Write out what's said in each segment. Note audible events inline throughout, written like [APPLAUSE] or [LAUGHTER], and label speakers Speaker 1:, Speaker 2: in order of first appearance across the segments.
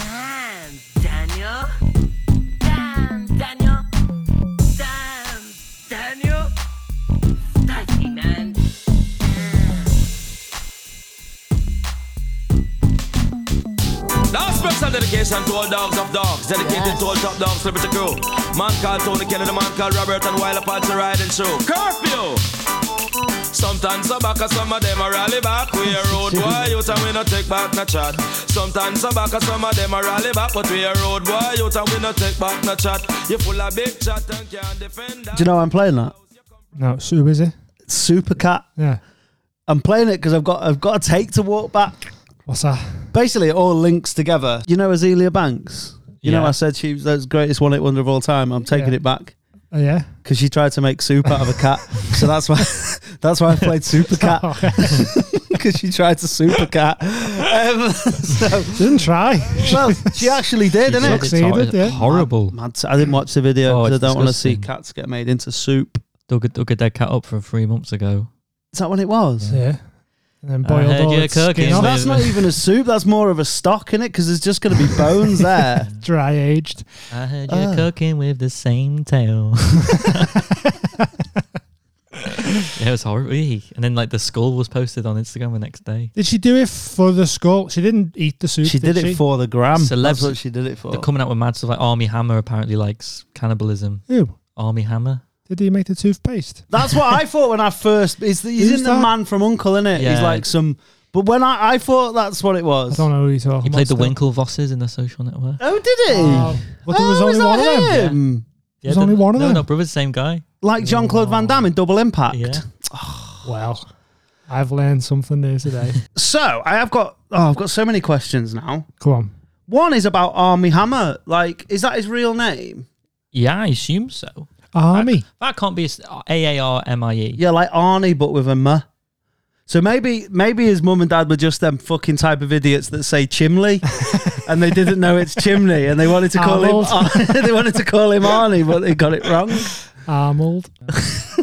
Speaker 1: Damn, Daniel. Damn, Daniel. Damn, Daniel. Spicy, man.
Speaker 2: Now special dedication to all dogs of dogs, dedicated to all top dogs, liberty crew. Man called Tony Kelly, the man called Robert, and while apart to riding through. Curfew! Sometimes some back, some of them are rally back. We a road boy, you and we no take back no chat. Sometimes some back, some of them are rally back, but we a road boy, you and we no take back no chat. You full of big chat and can't defend that.
Speaker 3: Do you know I'm playing that?
Speaker 4: No, it's too busy.
Speaker 3: Supercat.
Speaker 4: Yeah.
Speaker 3: I'm playing it because I've got I've got a take to walk back.
Speaker 4: What's that?
Speaker 3: Basically, it all links together. You know Azealia Banks. You know
Speaker 4: Yeah.
Speaker 3: I said she was the greatest one-hit wonder of all time. I'm taking
Speaker 4: Yeah.
Speaker 3: it back
Speaker 4: Oh, yeah.
Speaker 3: because she tried to make soup out of a cat. so that's why [LAUGHS] that's why I played [LAUGHS]
Speaker 4: [LAUGHS]
Speaker 3: Supercat because she tried to supercat. Um, [LAUGHS] so, [LAUGHS]
Speaker 4: Didn't try. [LAUGHS]
Speaker 3: well, she actually did,
Speaker 5: She
Speaker 3: didn't
Speaker 4: did.
Speaker 3: it?
Speaker 4: Succeeded, yeah.
Speaker 5: Horrible.
Speaker 3: Mad, I didn't watch the video
Speaker 5: Oh,
Speaker 3: 'cause
Speaker 5: it's
Speaker 3: I don't want to see
Speaker 5: disgusting.
Speaker 3: cats get made into soup.
Speaker 5: Dug a, dug a dead cat up from three months ago.
Speaker 3: Is that when it was?
Speaker 4: Yeah. And then
Speaker 5: I
Speaker 4: boiled
Speaker 5: heard
Speaker 4: all
Speaker 5: you're
Speaker 4: its skin
Speaker 5: cooking.
Speaker 3: So
Speaker 4: off.
Speaker 3: that's not even a soup. That's more of a stock in it because there's just going to be bones there.
Speaker 4: Dry aged.
Speaker 5: I heard you're
Speaker 3: Ah.
Speaker 5: cooking with the
Speaker 4: [LAUGHS]
Speaker 5: same tail. [LAUGHS] yeah, it was horrible. Eee. And then like the skull was posted on Instagram the next day.
Speaker 4: Did she do it for the skull? She didn't eat the soup.
Speaker 3: she did it
Speaker 4: she?
Speaker 3: for the gram. That's
Speaker 5: Celebs-
Speaker 3: what she did it for.
Speaker 5: They're coming out with mad stuff like Army Hammer apparently likes cannibalism.
Speaker 4: Who?
Speaker 5: Army Hammer.
Speaker 4: Did he make the toothpaste?
Speaker 3: That's what I thought when I first. Is the, he's
Speaker 4: Who's
Speaker 3: in the
Speaker 4: that?
Speaker 3: man from Uncle, is it? He's
Speaker 5: Yeah.
Speaker 3: like some. But when I, I thought that's what it
Speaker 4: I
Speaker 3: was.
Speaker 4: don't know who you're talking
Speaker 5: He
Speaker 4: about.
Speaker 5: played the
Speaker 4: still.
Speaker 5: Winklevosses in the social network.
Speaker 3: Oh, did he?
Speaker 4: Oh, but there was
Speaker 3: Oh,
Speaker 4: only
Speaker 3: is
Speaker 4: one
Speaker 3: that
Speaker 4: of them.
Speaker 3: him?
Speaker 4: There's only one of
Speaker 5: no,
Speaker 4: them.
Speaker 5: No, brothers, same guy.
Speaker 3: Like Jean Claude Van Damme in Double Impact.
Speaker 5: Yeah.
Speaker 4: Well, I've learned something
Speaker 3: [LAUGHS]
Speaker 4: new today.
Speaker 3: So I have got oh I've got so many questions now.
Speaker 4: Come on.
Speaker 3: One is about Army Hammer. Like, is that his real name?
Speaker 5: Yeah, I assume so.
Speaker 4: Army.
Speaker 5: That can't be A A R M I E.
Speaker 3: Yeah, like Arnie, but with a M. So maybe maybe his mum and dad were just them fucking type of idiots that say chimney, and they didn't know it's chimney, and they wanted to call him [LAUGHS] they wanted to call him Arnie, but they got it wrong.
Speaker 4: Arnold.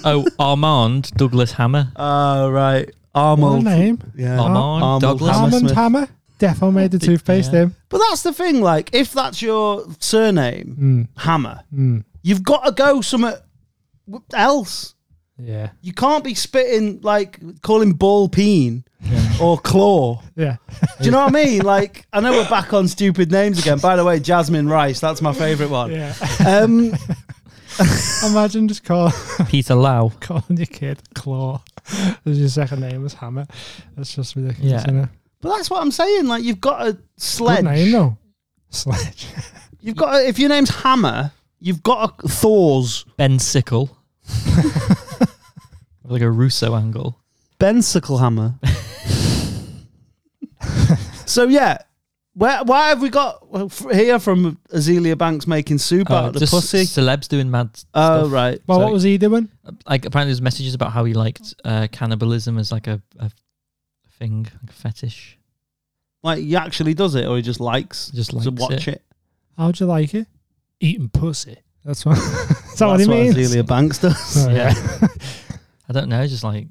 Speaker 5: Oh, Armand Douglas Hammer.
Speaker 3: Oh right,
Speaker 4: What a
Speaker 3: Arnold.
Speaker 4: name.
Speaker 3: Yeah.
Speaker 5: Armand Douglas.
Speaker 4: Uh-huh. Armand
Speaker 3: Hammersmith.
Speaker 4: Hammer. Defo made the toothpaste
Speaker 5: Yeah.
Speaker 4: him.
Speaker 3: But that's the thing. Like, if that's your surname,
Speaker 4: Mm,
Speaker 3: Hammer,
Speaker 4: mm.
Speaker 3: you've got to go somewhere else.
Speaker 4: Yeah.
Speaker 3: You can't be spitting like calling ball peen or claw.
Speaker 4: Yeah. [LAUGHS]
Speaker 3: Do you know what I mean? Like I know we're back on stupid names again. By the way, Jasmine Rice, that's my favourite one.
Speaker 4: Yeah.
Speaker 3: Um,
Speaker 4: Imagine just call,
Speaker 5: Peter Lau.
Speaker 4: calling your kid Claw. As your second name is Hammer. That's just ridiculous.
Speaker 5: Yeah.
Speaker 4: Isn't it?
Speaker 3: but that's what I'm saying. Like you've got to
Speaker 4: Good
Speaker 3: sledge.
Speaker 4: name though. Sledge.
Speaker 3: You've got to, if your name's Hammer, you've got to Thor's
Speaker 5: Ben Sickle. like a Russo angle.
Speaker 3: Bensicle
Speaker 4: [LAUGHS]
Speaker 3: Hammer. so yeah. Where, why have we got well, f- here from Azealia Banks making soup out
Speaker 5: Uh,
Speaker 3: of the
Speaker 5: just
Speaker 3: pussy?
Speaker 5: Celebs doing mad
Speaker 3: Oh,
Speaker 5: stuff.
Speaker 3: right.
Speaker 4: Well,
Speaker 5: So-
Speaker 4: what was he doing?
Speaker 5: Like apparently there's messages about how he liked uh, cannibalism as like a, a thing, like a fetish.
Speaker 3: Like he actually does it, or he just likes
Speaker 5: Just
Speaker 3: to
Speaker 5: likes
Speaker 3: watch it.
Speaker 4: How'd you like it? Eating pussy. That's [LAUGHS] what. That's what he
Speaker 3: That's what
Speaker 4: means.
Speaker 3: Azealia Banks does.
Speaker 4: [LAUGHS]
Speaker 5: [LAUGHS]
Speaker 4: Oh, yeah.
Speaker 5: I don't know, just like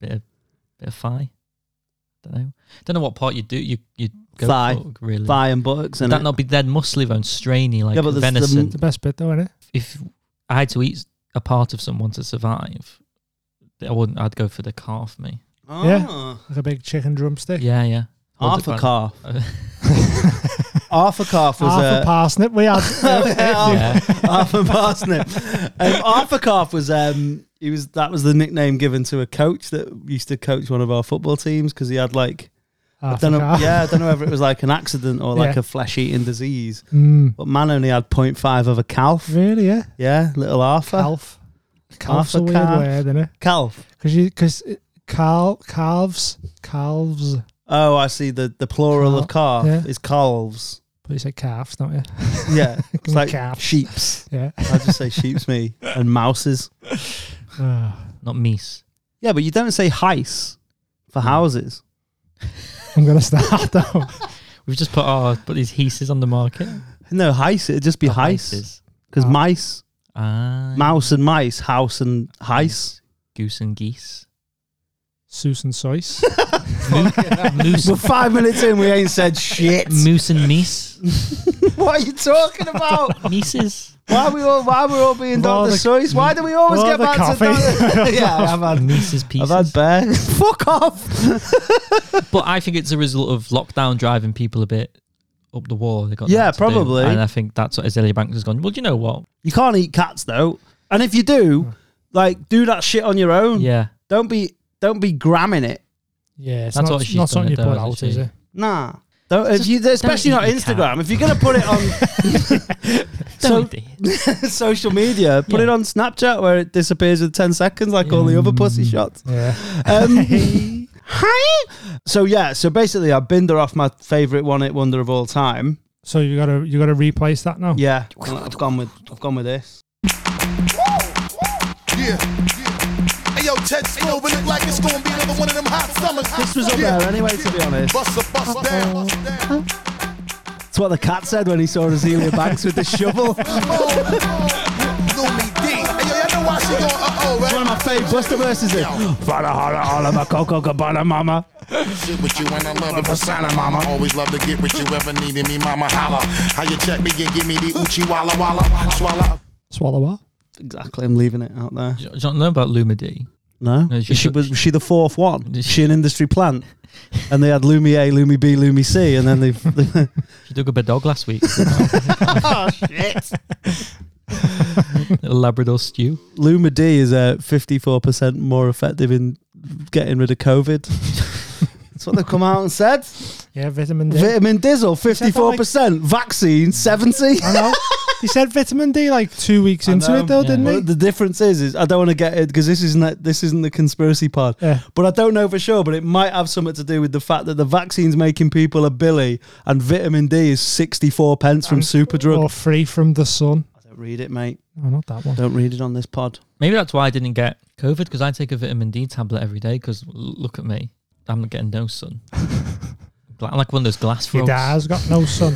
Speaker 5: bit of bit of thigh. Don't know. Don't know what part you do you you go
Speaker 3: Thigh.
Speaker 5: for, really.
Speaker 3: Thigh and buttocks,
Speaker 5: Would
Speaker 3: and
Speaker 5: that not be dead muscly though and strainy like
Speaker 3: Yeah, but there's the-
Speaker 5: venison?
Speaker 4: It's the best bit though, isn't it?
Speaker 5: if I had to eat a part of someone to survive, I wouldn't. I'd go for the calf, me.
Speaker 4: Yeah.
Speaker 3: Ah.
Speaker 4: Like a big chicken drumstick.
Speaker 5: Yeah, yeah. Hold it
Speaker 3: Arthur
Speaker 5: back.
Speaker 3: Calf.
Speaker 4: [LAUGHS]
Speaker 3: Arthur Calf was uh,
Speaker 4: Half
Speaker 3: [LAUGHS]
Speaker 4: a
Speaker 3: a
Speaker 4: parsnip. We had.
Speaker 5: Yeah.
Speaker 3: Arthur Parsnip. Um, Arthur Calf was um, he was that was the nickname given to a coach that used to coach one of our football teams because he had like I
Speaker 4: half
Speaker 3: don't
Speaker 4: a
Speaker 3: know
Speaker 4: calf. [LAUGHS]
Speaker 3: yeah I don't know whether it was like an accident or like
Speaker 4: Yeah.
Speaker 3: a flesh eating disease.
Speaker 4: Mm.
Speaker 3: But man only had 0.5 of a calf.
Speaker 4: Really? Yeah.
Speaker 3: Yeah, little Arthur.
Speaker 4: Calf. Calf's
Speaker 3: Half
Speaker 4: a
Speaker 3: a
Speaker 4: weird
Speaker 3: calf.
Speaker 4: word, isn't it?
Speaker 3: Calf.
Speaker 4: Because you because cal calves calves.
Speaker 3: Oh, I see. The the plural of calf
Speaker 4: yeah.
Speaker 3: is calves.
Speaker 4: But you said calves, don't you? [LAUGHS]
Speaker 3: Yeah, it's like
Speaker 4: Calf.
Speaker 3: sheeps.
Speaker 4: Yeah.
Speaker 3: I just say sheeps me and mouses.
Speaker 4: [LAUGHS] Ah,
Speaker 5: [LAUGHS] Not meese.
Speaker 3: Yeah, but you don't say heis for houses.
Speaker 4: I'm gonna start though.
Speaker 5: We've just put our put these heases on the market.
Speaker 3: No, heis. It'd just be
Speaker 5: Or
Speaker 3: heis
Speaker 5: heises.
Speaker 3: because
Speaker 4: Ah.
Speaker 3: mice,
Speaker 5: Ah,
Speaker 3: mouse and mice, house and heis. [LAUGHS]
Speaker 5: goose and geese.
Speaker 4: Susan [LAUGHS] Soyce.
Speaker 5: Moose,
Speaker 3: We're [LAUGHS] five minutes in, we ain't said [LAUGHS] shit.
Speaker 5: moose and meese.
Speaker 3: [LAUGHS] what are you talking about?
Speaker 5: Meeses.
Speaker 3: Why are we all why are we all being
Speaker 4: Of all
Speaker 3: Dr.
Speaker 4: the-
Speaker 3: Seuss? Why do we always
Speaker 4: of all
Speaker 3: get
Speaker 4: the
Speaker 3: back to
Speaker 4: coffee.
Speaker 3: [LAUGHS] Dr. yeah, I've had
Speaker 5: Meeses pieces.
Speaker 3: I've had bear. [LAUGHS] Fuck off.
Speaker 5: but I think it's a result of lockdown driving people a bit up the wall. They got
Speaker 3: Yeah,
Speaker 5: nothing to do.
Speaker 3: probably.
Speaker 5: And I think that's what Azalea Banks has gone. Well, do you know what?
Speaker 3: You can't eat cats though. And if you do, like do that shit on your own.
Speaker 5: Yeah,
Speaker 3: Don't be don't be gramming it.
Speaker 4: Yeah, it's
Speaker 5: That's
Speaker 4: not,
Speaker 5: what she's
Speaker 4: not something you
Speaker 5: done,
Speaker 4: put
Speaker 5: though,
Speaker 4: out,
Speaker 5: isn't
Speaker 4: is
Speaker 5: she?
Speaker 4: it?
Speaker 3: Nah. Don't, if
Speaker 5: Just
Speaker 3: you, especially
Speaker 5: don't
Speaker 3: not
Speaker 5: eat your
Speaker 3: Instagram. If you're gonna put it [LAUGHS] on So-
Speaker 5: Don't they?
Speaker 3: [LAUGHS] social media, put
Speaker 5: Yeah.
Speaker 3: it on Snapchat where it disappears in ten seconds, like all the other pussy [LAUGHS] shots.
Speaker 4: Yeah.
Speaker 3: Um, hi. So yeah, so basically, I binned her off my favorite one hit wonder of all time.
Speaker 4: So you gotta you gotta replace that now.
Speaker 3: Yeah, I've gone with I've gone with this.
Speaker 6: Yeah. Hey yo, Ted Spill, we look like it's gonna be another one of them hot summers.
Speaker 3: This was up
Speaker 6: yeah.
Speaker 3: there anyway, to be honest.
Speaker 6: Bust a bust down, bust down.
Speaker 3: That's what the cat said when he saw Azealia Banks with the shovel. It's
Speaker 6: Oh, Lumi oh. D. Hey yo, y'all know why she going uh oh, right?
Speaker 3: one of my favourite Buster verses. It. Fada holla holla my coco cabana mama.
Speaker 6: Sit with you and I love it. Persona, mama. Always love to get with you. Ever needed me, mama, holla. How you check me and give me the uchi walla walla. Swallow.
Speaker 4: Swallow what?
Speaker 3: Exactly, I'm leaving it out there.
Speaker 5: Do you do you not know about Lumadi?
Speaker 3: No,
Speaker 5: No,
Speaker 3: she,
Speaker 5: she-
Speaker 3: was was she the fourth one.
Speaker 5: She-
Speaker 3: Is she an industry plant, and they had Lumi A, Lumi B, Lumi C, and [LAUGHS] then they.
Speaker 5: She dug up a dog
Speaker 3: [LAUGHS]
Speaker 5: last week. oh shit! Little Labrador stew.
Speaker 3: Luma D is uh, 54% more effective in getting rid of COVID. [LAUGHS] That's what they've come out and said.
Speaker 4: Yeah, vitamin D.
Speaker 3: Vitamin Dizzle, 54%. Vaccine, 70
Speaker 4: I know. he said vitamin D like two weeks
Speaker 3: I
Speaker 4: into
Speaker 3: know.
Speaker 4: it though, didn't
Speaker 3: But
Speaker 4: he?
Speaker 3: the difference is, is I don't want to get it because this isn't a- this isn't the conspiracy pod.
Speaker 4: Yeah.
Speaker 3: But I don't know for sure. But it might have something to do with the fact that the vaccine's making people a billy, and vitamin D is sixty four pence from Superdrug.
Speaker 4: Or free from the sun.
Speaker 3: I don't read it, mate.
Speaker 4: Oh, not that one.
Speaker 3: Don't read it on this pod.
Speaker 5: Maybe that's why I didn't get COVID because I take a vitamin D tablet every day. Because look at me, I'm not getting
Speaker 4: [LAUGHS]
Speaker 5: no sun. Gla- I'm like one of those glass
Speaker 4: Your dad's
Speaker 5: frogs.
Speaker 4: got no sun.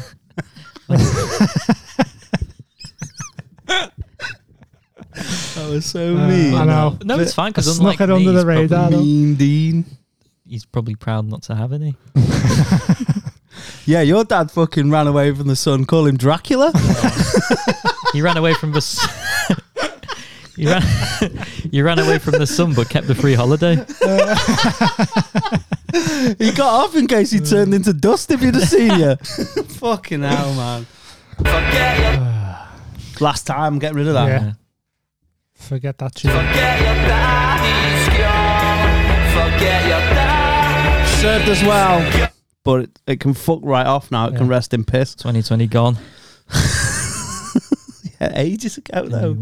Speaker 3: That was so
Speaker 4: Uh,
Speaker 3: mean.
Speaker 4: I know.
Speaker 5: No, it's fine because
Speaker 4: I snuck
Speaker 5: unlike
Speaker 4: it
Speaker 5: me,
Speaker 4: under the
Speaker 5: he's probably-
Speaker 4: radar.
Speaker 3: Mean Dean.
Speaker 5: he's probably proud not to have any.
Speaker 3: Yeah, your dad fucking ran away from the sun. Call him Dracula.
Speaker 5: He ran away from the. s- [LAUGHS] he ran. [LAUGHS] he ran away from the sun, but kept the free holiday.
Speaker 3: he got off in case he turned into dust if you'd have seen you. fucking hell, man.
Speaker 2: Forget your,
Speaker 3: [SIGHS] Last time, get rid of that.
Speaker 4: [LAUGHS] Yeah. Forget that shit.
Speaker 2: forget your daddy's girl. Forget your daddy's
Speaker 3: Served as well. But it, it can fuck right off now. It can
Speaker 4: Yeah.
Speaker 3: rest in piss. [LAUGHS]
Speaker 5: 2020 gone.
Speaker 3: Yeah, ages ago, though.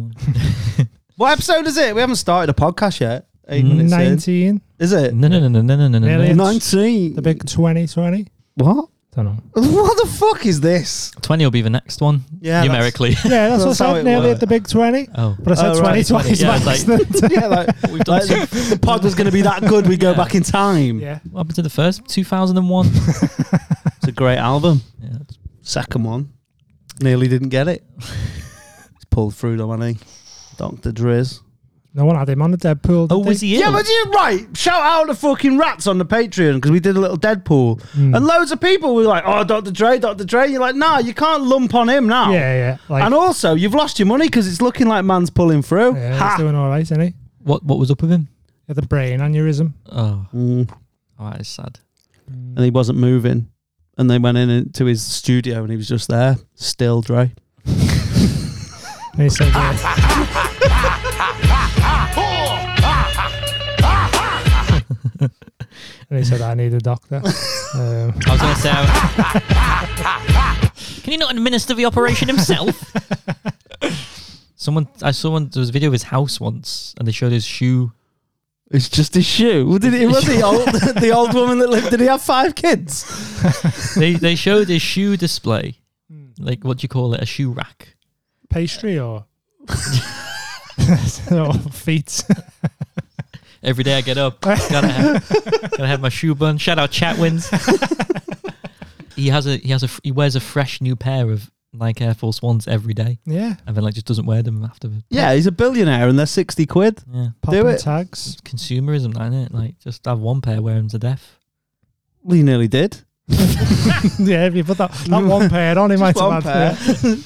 Speaker 3: What episode is it? We haven't started a podcast yet. Eight minutes in.
Speaker 4: Nineteen.
Speaker 3: Is it?
Speaker 5: No, no, no, no, no, no, no,
Speaker 4: Million.
Speaker 5: no.
Speaker 3: 19.
Speaker 4: The big twenty twenty.
Speaker 3: What?
Speaker 4: Don't
Speaker 3: [LAUGHS]
Speaker 4: know.
Speaker 3: What the fuck is this?
Speaker 5: 20 will be the next one.
Speaker 3: Yeah, that's-
Speaker 5: numerically. [LAUGHS]
Speaker 4: Yeah, that's,
Speaker 3: That's
Speaker 4: what
Speaker 3: how
Speaker 4: I
Speaker 3: it
Speaker 4: said. Nearly
Speaker 3: works.
Speaker 4: at the big twenty.
Speaker 5: oh,
Speaker 4: But I said
Speaker 3: Oh,
Speaker 4: twenty
Speaker 3: right,
Speaker 4: twenty.
Speaker 5: yeah, it's like- [LAUGHS]
Speaker 3: yeah, [LAUGHS] like,
Speaker 5: we've done.
Speaker 3: like
Speaker 5: Two,
Speaker 3: the, the pod was going to be that good, we go
Speaker 5: Yeah.
Speaker 3: back in time.
Speaker 4: Yeah.
Speaker 5: what happened to the first
Speaker 4: [LAUGHS]
Speaker 5: 2001?
Speaker 3: It's a great album.
Speaker 5: yeah, it's-
Speaker 3: Second one, nearly didn't get it. He's pulled through though, hasn't he? Dr. Driz.
Speaker 4: No one had him on the Deadpool.
Speaker 5: oh, was he ill?
Speaker 3: Yeah, but you're right. Shout out the fucking rats on the Patreon because we did a little Deadpool, and loads of people were like, "Oh, Dr. Dre, Dr. Dre." You're like, "Nah, you can't lump on him now."
Speaker 4: Yeah, yeah. Like,
Speaker 3: and also, you've lost your money because it's looking like man's pulling through.
Speaker 4: yeah, he's
Speaker 3: ha.
Speaker 4: doing all right, isn't he?
Speaker 5: What What was up with him?
Speaker 4: He had the brain aneurysm.
Speaker 5: Oh,
Speaker 3: Mm.
Speaker 5: oh that is sad.
Speaker 3: And he wasn't moving, and they went in into his studio, and he was just there, still Dre.
Speaker 4: And he
Speaker 3: [LAUGHS]
Speaker 4: said, yeah, and he said, I need
Speaker 3: [LAUGHS]
Speaker 4: a doctor. um,
Speaker 5: I was going to say. I- Can he not administer the operation himself? [LAUGHS] Someone, I saw one. There was a video of his house once, and they showed his shoe.
Speaker 3: It's just his shoe. Well, did he, was the old [LAUGHS] the old woman that lived? Did he have five kids?
Speaker 5: They they showed his shoe display, like what do you call it? A shoe rack.
Speaker 4: pastry or [LAUGHS] or
Speaker 3: [LAUGHS]
Speaker 4: feet.
Speaker 5: Every day I get up, gotta have, gotta have my shoe bun. [LAUGHS] Shout out Chatwins. he has a he has a f- he wears a fresh new pair of like Air Force Ones every day,
Speaker 4: Yeah.
Speaker 5: and then like just doesn't wear them after.
Speaker 3: Yeah, he's a billionaire and they're 60 quid.
Speaker 5: yeah.
Speaker 4: Popping
Speaker 3: it.
Speaker 4: tags. [LAUGHS]
Speaker 5: Consumerism, that, isn't it? Like just have one pair, wear them to death.
Speaker 3: Well, he nearly did.
Speaker 4: yeah, if you put that, that one pair on, he might
Speaker 3: Just one
Speaker 4: have had
Speaker 3: pair.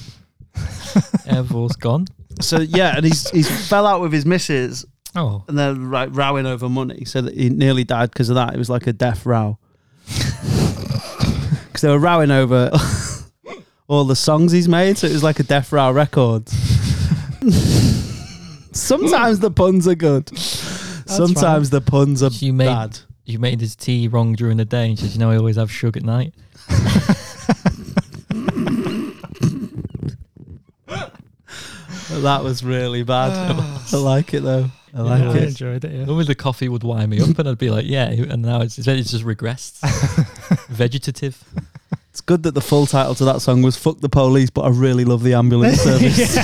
Speaker 5: Air Force gone.
Speaker 3: So, yeah, and he's he's [LAUGHS] fell out with his missus
Speaker 5: Oh,
Speaker 3: and they're like rowing over money. So that he nearly died because of that. It was like a death [LAUGHS] row. Because they were rowing over [LAUGHS] all the songs he's made. So it was like a death row record. [LAUGHS] Sometimes the puns are good. Sometimes the puns are
Speaker 5: She made-
Speaker 3: bad.
Speaker 5: you made his tea wrong during the day, and she said, "You know, I always have sugar at night."
Speaker 3: That was really [SIGHS] bad. [LAUGHS] I like it though. I like
Speaker 4: Yeah, I
Speaker 3: it.
Speaker 4: enjoyed it. Yeah. [LAUGHS]
Speaker 5: Normally the coffee would wind me up, and I'd be like, "Yeah," and now it's it's just regressed, vegetative.
Speaker 3: It's good that the full title to that song was "Fuck the Police," but I really love the ambulance service.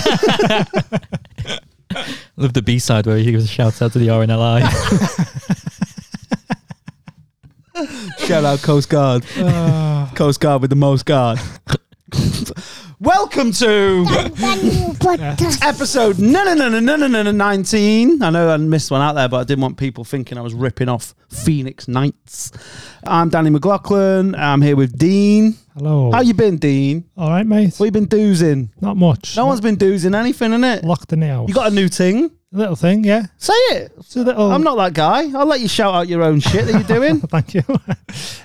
Speaker 5: Love the B side where he gives a shout out to the RNLI.
Speaker 3: Shout out Coast Guard, uh,
Speaker 4: Ah,
Speaker 3: Coast Guard with the most guard. Welcome to episode no no no no no no no no nineteen. I know I missed one out there, but I didn't want people thinking I was ripping off Phoenix Knights. I'm Danny McLaughlin. I'm here with Dean.
Speaker 4: hello.
Speaker 3: How you been, Dean?
Speaker 4: All right, mate.
Speaker 3: What you been doozing?
Speaker 4: Not much.
Speaker 3: No one's been doozing anything, innit?
Speaker 4: locked in the house.
Speaker 3: You got a new ting?
Speaker 4: little thing, yeah.
Speaker 3: Say it.
Speaker 4: It's a little.
Speaker 3: I'm not that guy. I'll let you shout out your own shit that you're doing.
Speaker 4: [LAUGHS] Thank you.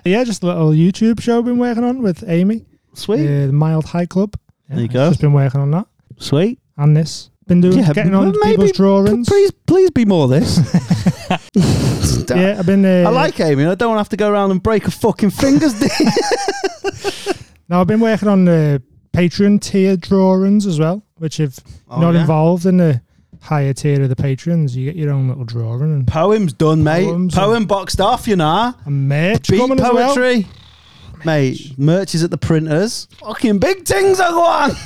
Speaker 4: yeah, just a little YouTube show I've been working on with Amy, uh,
Speaker 3: Sweet.
Speaker 4: the Mild High Club. Yeah,
Speaker 3: There you go.
Speaker 4: Just been working on that
Speaker 3: Sweet.
Speaker 4: and this. Been doing
Speaker 3: Yeah,
Speaker 4: getting on
Speaker 3: but
Speaker 4: people's
Speaker 3: maybe-
Speaker 4: drawings.
Speaker 3: Please, please be more [LAUGHS] this.
Speaker 4: yeah, I've been. Uh,
Speaker 3: I like Amy. and I don't want to have to go around and break her fucking fingers. Dean.
Speaker 4: Now I've been working on the Patreon tier drawings as well, which if
Speaker 3: Oh,
Speaker 4: not
Speaker 3: yeah?
Speaker 4: involved in the higher tier of the patrons, you get your own little drawing
Speaker 3: [LAUGHS]
Speaker 4: and,
Speaker 3: Poem's done, mate.
Speaker 4: Poems
Speaker 3: Poem boxed off, you know.
Speaker 4: and merch
Speaker 3: Beat
Speaker 4: coming as well.
Speaker 3: poetry. Mate, merch is at the printers. Fucking big things are [LAUGHS] going.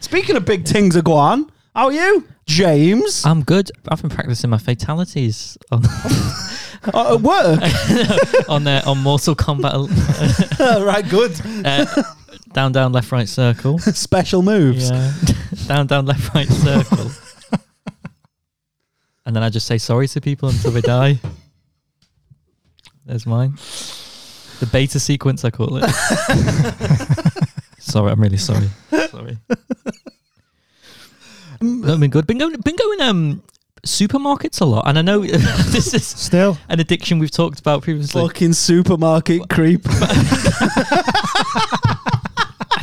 Speaker 3: Speaking of big things are going, how are you, James?
Speaker 5: I'm good. I've been practicing my fatalities on
Speaker 3: Uh, at work.
Speaker 5: on uh, on Mortal Kombat.
Speaker 3: [LAUGHS] right, good.
Speaker 5: Uh, down, down, left, right, circle.
Speaker 3: Special moves.
Speaker 5: Yeah. [LAUGHS] down, down, left, right, circle. and then I just say sorry to people until they die. There's mine. The beta sequence, I call [LAUGHS] it. sorry, I'm really sorry. [LAUGHS] Sorry. That's been Mm, good. Been going, been going um, supermarkets a lot, and I know [LAUGHS] this is
Speaker 4: Still,
Speaker 5: an addiction we've talked about previously.
Speaker 3: Fucking supermarket creep.
Speaker 5: I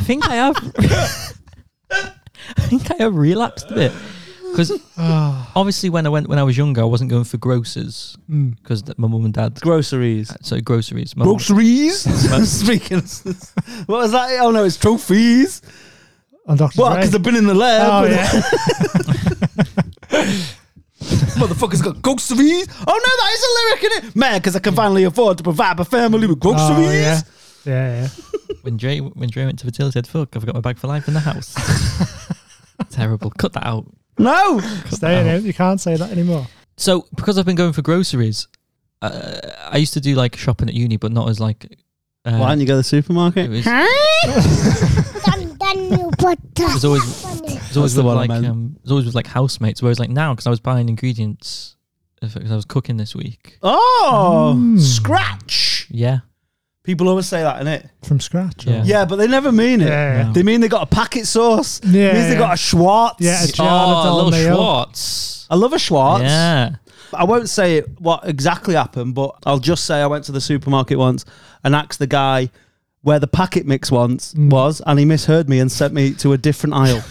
Speaker 5: think I have. [LAUGHS] I think I have relapsed a bit because obviously when I went when I was younger, I wasn't going for grocers because my mum and dad.
Speaker 3: Groceries.
Speaker 5: So groceries. My mum-
Speaker 3: Groceries. [LAUGHS] Speaking. Of, what was that? Oh no, it's trophies.
Speaker 4: on Dr.
Speaker 3: What?
Speaker 4: Dre.
Speaker 3: Because they've been in the lab.
Speaker 4: oh yeah,
Speaker 3: Motherfuckers got groceries. Oh no, that is a lyric in it, man. Because I can finally afford to provide my family with groceries.
Speaker 4: oh yeah, yeah, yeah.
Speaker 5: when Dre when Dre went to the till, he said, "Fuck, I've got my bag for life in the house." Terrible. Cut that out.
Speaker 3: No.
Speaker 4: Staying out, you can't say that anymore.
Speaker 5: So because I've been going for groceries, uh, I used to do like shopping at uni, but not as like. Uh,
Speaker 3: Why don't you go to the
Speaker 5: It
Speaker 3: supermarket?
Speaker 5: was, it was always It's always
Speaker 3: That's the
Speaker 5: with
Speaker 3: one I
Speaker 5: like
Speaker 3: meant.
Speaker 5: um, it's always with like housemates. Whereas like now, because I was buying ingredients because I was cooking this week.
Speaker 3: [LAUGHS] Oh, scratch.
Speaker 5: Yeah,
Speaker 3: People always say that, innit?
Speaker 4: From scratch. or-
Speaker 5: Yeah.
Speaker 3: Yeah, but they never mean it.
Speaker 4: Yeah.
Speaker 5: No.
Speaker 3: They mean they got a packet sauce.
Speaker 4: Yeah,
Speaker 3: It means they
Speaker 4: yeah.
Speaker 3: got a Schwartz.
Speaker 4: Yeah, it's- Giada Del
Speaker 5: oh, little
Speaker 4: Mayo.
Speaker 5: Schwartz.
Speaker 3: I love a Schwartz.
Speaker 5: Yeah,
Speaker 3: I won't say it- what exactly happened, but I'll just say I went to the supermarket once and asked the guy where the packet mix once was, and he misheard me and sent me to a different [LAUGHS] aisle.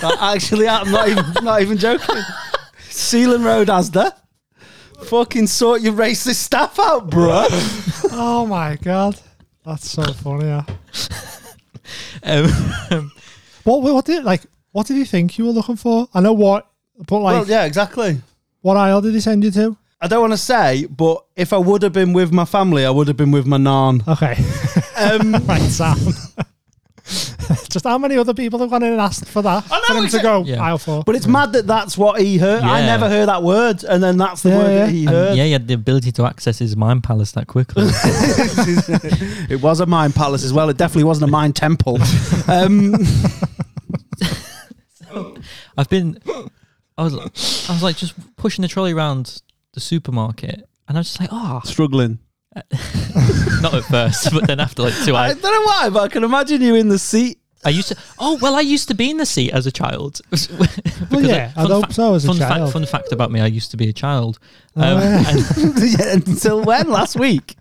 Speaker 3: That actually, I'm not even not even joking. Sealand Road, Asda. Fucking sort your racist stuff out, bruh.
Speaker 4: Oh my god, that's so funny. Yeah.
Speaker 5: um,
Speaker 4: What? What did like? What did he think you were looking for? I know what, but like,
Speaker 3: Well, yeah, exactly.
Speaker 4: what aisle did he send you to?
Speaker 3: I don't want to say, but if I would have been with my
Speaker 4: [LAUGHS]
Speaker 3: family, I would have been with my nan.
Speaker 4: Okay,
Speaker 3: Um,
Speaker 4: right, Sam. Just how many other people have gone in and asked for that?
Speaker 3: I know,
Speaker 4: for them to
Speaker 3: exa-
Speaker 4: go
Speaker 5: Yeah.
Speaker 4: aisle four.
Speaker 3: But it's mad that that's what he heard. I
Speaker 5: Yeah.
Speaker 3: never heard that word, and then that's the
Speaker 4: Yeah,
Speaker 3: word
Speaker 4: yeah.
Speaker 3: that he
Speaker 5: And
Speaker 3: heard.
Speaker 5: yeah, he had the ability to access his mind palace that quickly. [LAUGHS]
Speaker 3: It was a mind palace as well. It definitely wasn't a mind temple. Um,
Speaker 5: I've been, I was, I was like just pushing the trolley around the supermarket, and I was just like, ah,
Speaker 3: struggling.
Speaker 5: not at first, but then after like
Speaker 4: [LAUGHS]
Speaker 5: two
Speaker 3: I
Speaker 5: hours,
Speaker 3: don't know why, but I can imagine you in the seat. [LAUGHS]
Speaker 5: I used to. Oh well, I used to be in the seat as a child. [LAUGHS] well,
Speaker 4: yeah, I'd hope so as a
Speaker 5: fun fact-
Speaker 4: child. Oh,
Speaker 5: fun fact about me: I used to be a child. Um,
Speaker 4: yeah.
Speaker 5: and-
Speaker 4: [LAUGHS]
Speaker 3: Yeah, Until when? Last week.